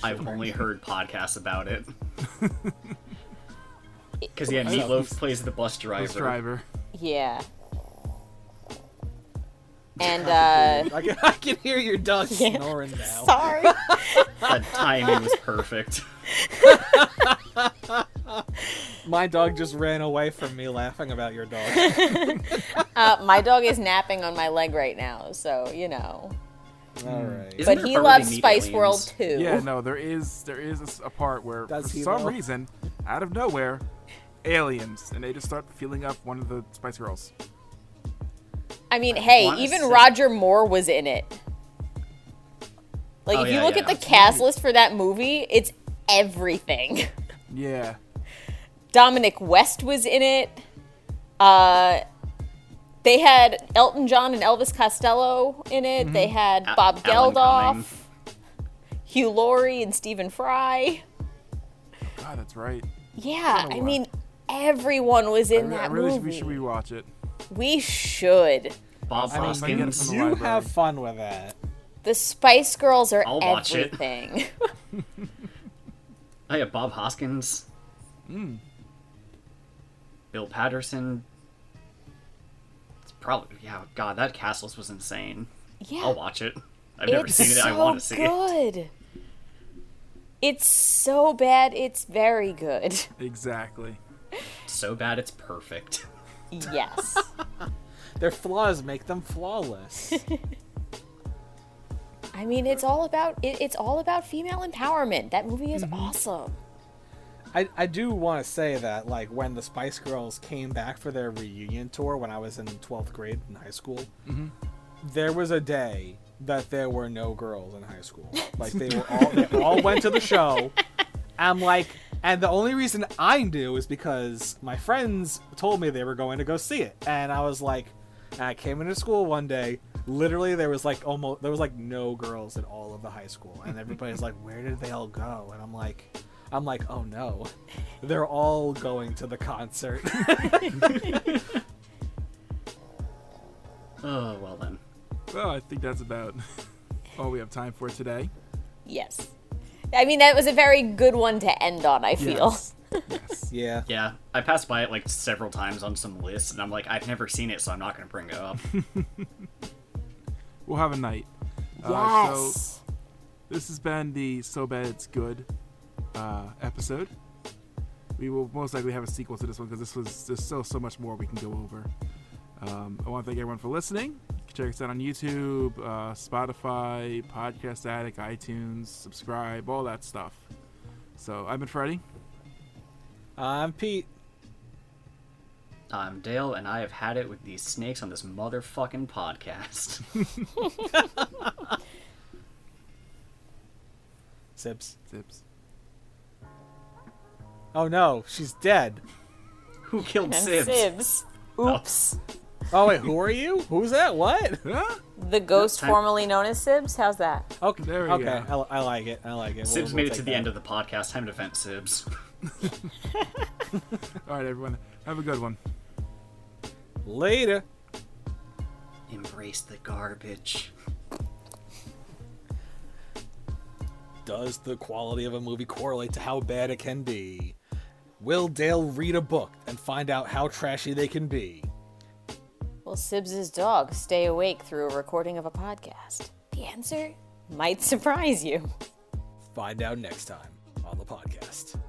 I've only heard podcasts about it. Because yeah, Meatloaf plays the bus driver.
bus driver.
Yeah. And, uh,
I can, I can hear your dog
Yeah.
snoring now.
sorry.
The timing was perfect.
My dog just ran away from me laughing about your dog.
Uh, my dog is napping on my leg right now, so, you know.
All right.
but
Isn't there
he
probably
loves
meat
Spice
aliens?
World too.
Yeah, no, there is there is a s- a part where
Does
for
he
some
though?
reason, out of nowhere, aliens and they just start feeling up one of the Spice Girls.
I mean, hey,
wanna
even
say-
Roger Moore was in it. Like,
Oh,
if you
yeah,
look
yeah,
at the
that's
cast list for that movie, it's everything.
Yeah,
Dominic West was in it. Uh, they had Elton John and Elvis Costello in it. They had
Mm-hmm. A-
Bob
Alan
Geldof,
Cumming.
Hugh Laurie, and Stephen Fry.
God, Ah, that's right.
Yeah,
Kinda
I
wild.
mean, everyone was in
I, re- I
that
really should-
movie.
we should rewatch it.
We should.
Bob
I mean,
Hoskins.
I get it from the
You
library.
have fun with that.
The Spice Girls are
I'll watch it.
everything.
Oh yeah, Bob Hoskins. Bill Patterson. It's probably yeah. God, that Castles was insane.
yeah.
I'll watch it. I've never
It's
seen it.
so
I want to see it.
good. It's so bad. It's very good.
Exactly.
So bad it's perfect.
Yes.
Their flaws make them flawless.
I mean, it's all about it, it's all about female empowerment. That movie
Mm-hmm.
is awesome.
I, I do want to say that like when the Spice Girls came back for their reunion tour when I was in 12th grade in high school, there was a day that there were no girls in high school. Like they were all they all went to the show. I'm like and the only reason I knew is because my friends told me they were going to go see it and I was like and I came into school one day literally there was like almost there was like no girls at all of the high school and everybody's like where did they all go and I'm like I'm like oh no they're all going to the concert
Oh well then.
Well, I think that's about all we have time for today.
Yes. I mean, that was a very good one to end on, I feel.
Yes. yes.
yeah
Yeah, I passed by it like several times on some lists, and I'm like, I've never seen it, so I'm not gonna bring it up.
We'll have a night. Uh, so-
Yes.
This has been the So Bad It's Good uh, episode. We will most likely have a sequel to this one because this was there's still so much more we can go over. Um, I want to thank everyone for listening. You can Check us out on YouTube, uh, Spotify, Podcast Addict, iTunes. Subscribe, all that stuff. So I've been Freddie.
I'm Pete.
I'm Um, Dale, and I have had it with these snakes on this motherfucking podcast.
Sips.
Zips.
Oh no, she's dead.
Who killed
And
Sibs?
Sibs. Oops.
Oh wait, who are you? Who's that? What?
Ah,
The ghost
Time-
formerly known as Sibs. How's that?
Okay,
There we
okay,
go.
I, I like it. I like it.
Sibs made it to the end of the podcast. Time to vent, Sibs.
all right, everyone. Have a good one.
the later.
Embrace the garbage.
Does the quality of a movie correlate to how bad it can be? Will Dale read a book and find out how trashy they can be?
Will Sibs's dog stay awake through a recording of a podcast? The answer might surprise you.
Find out next time on the podcast.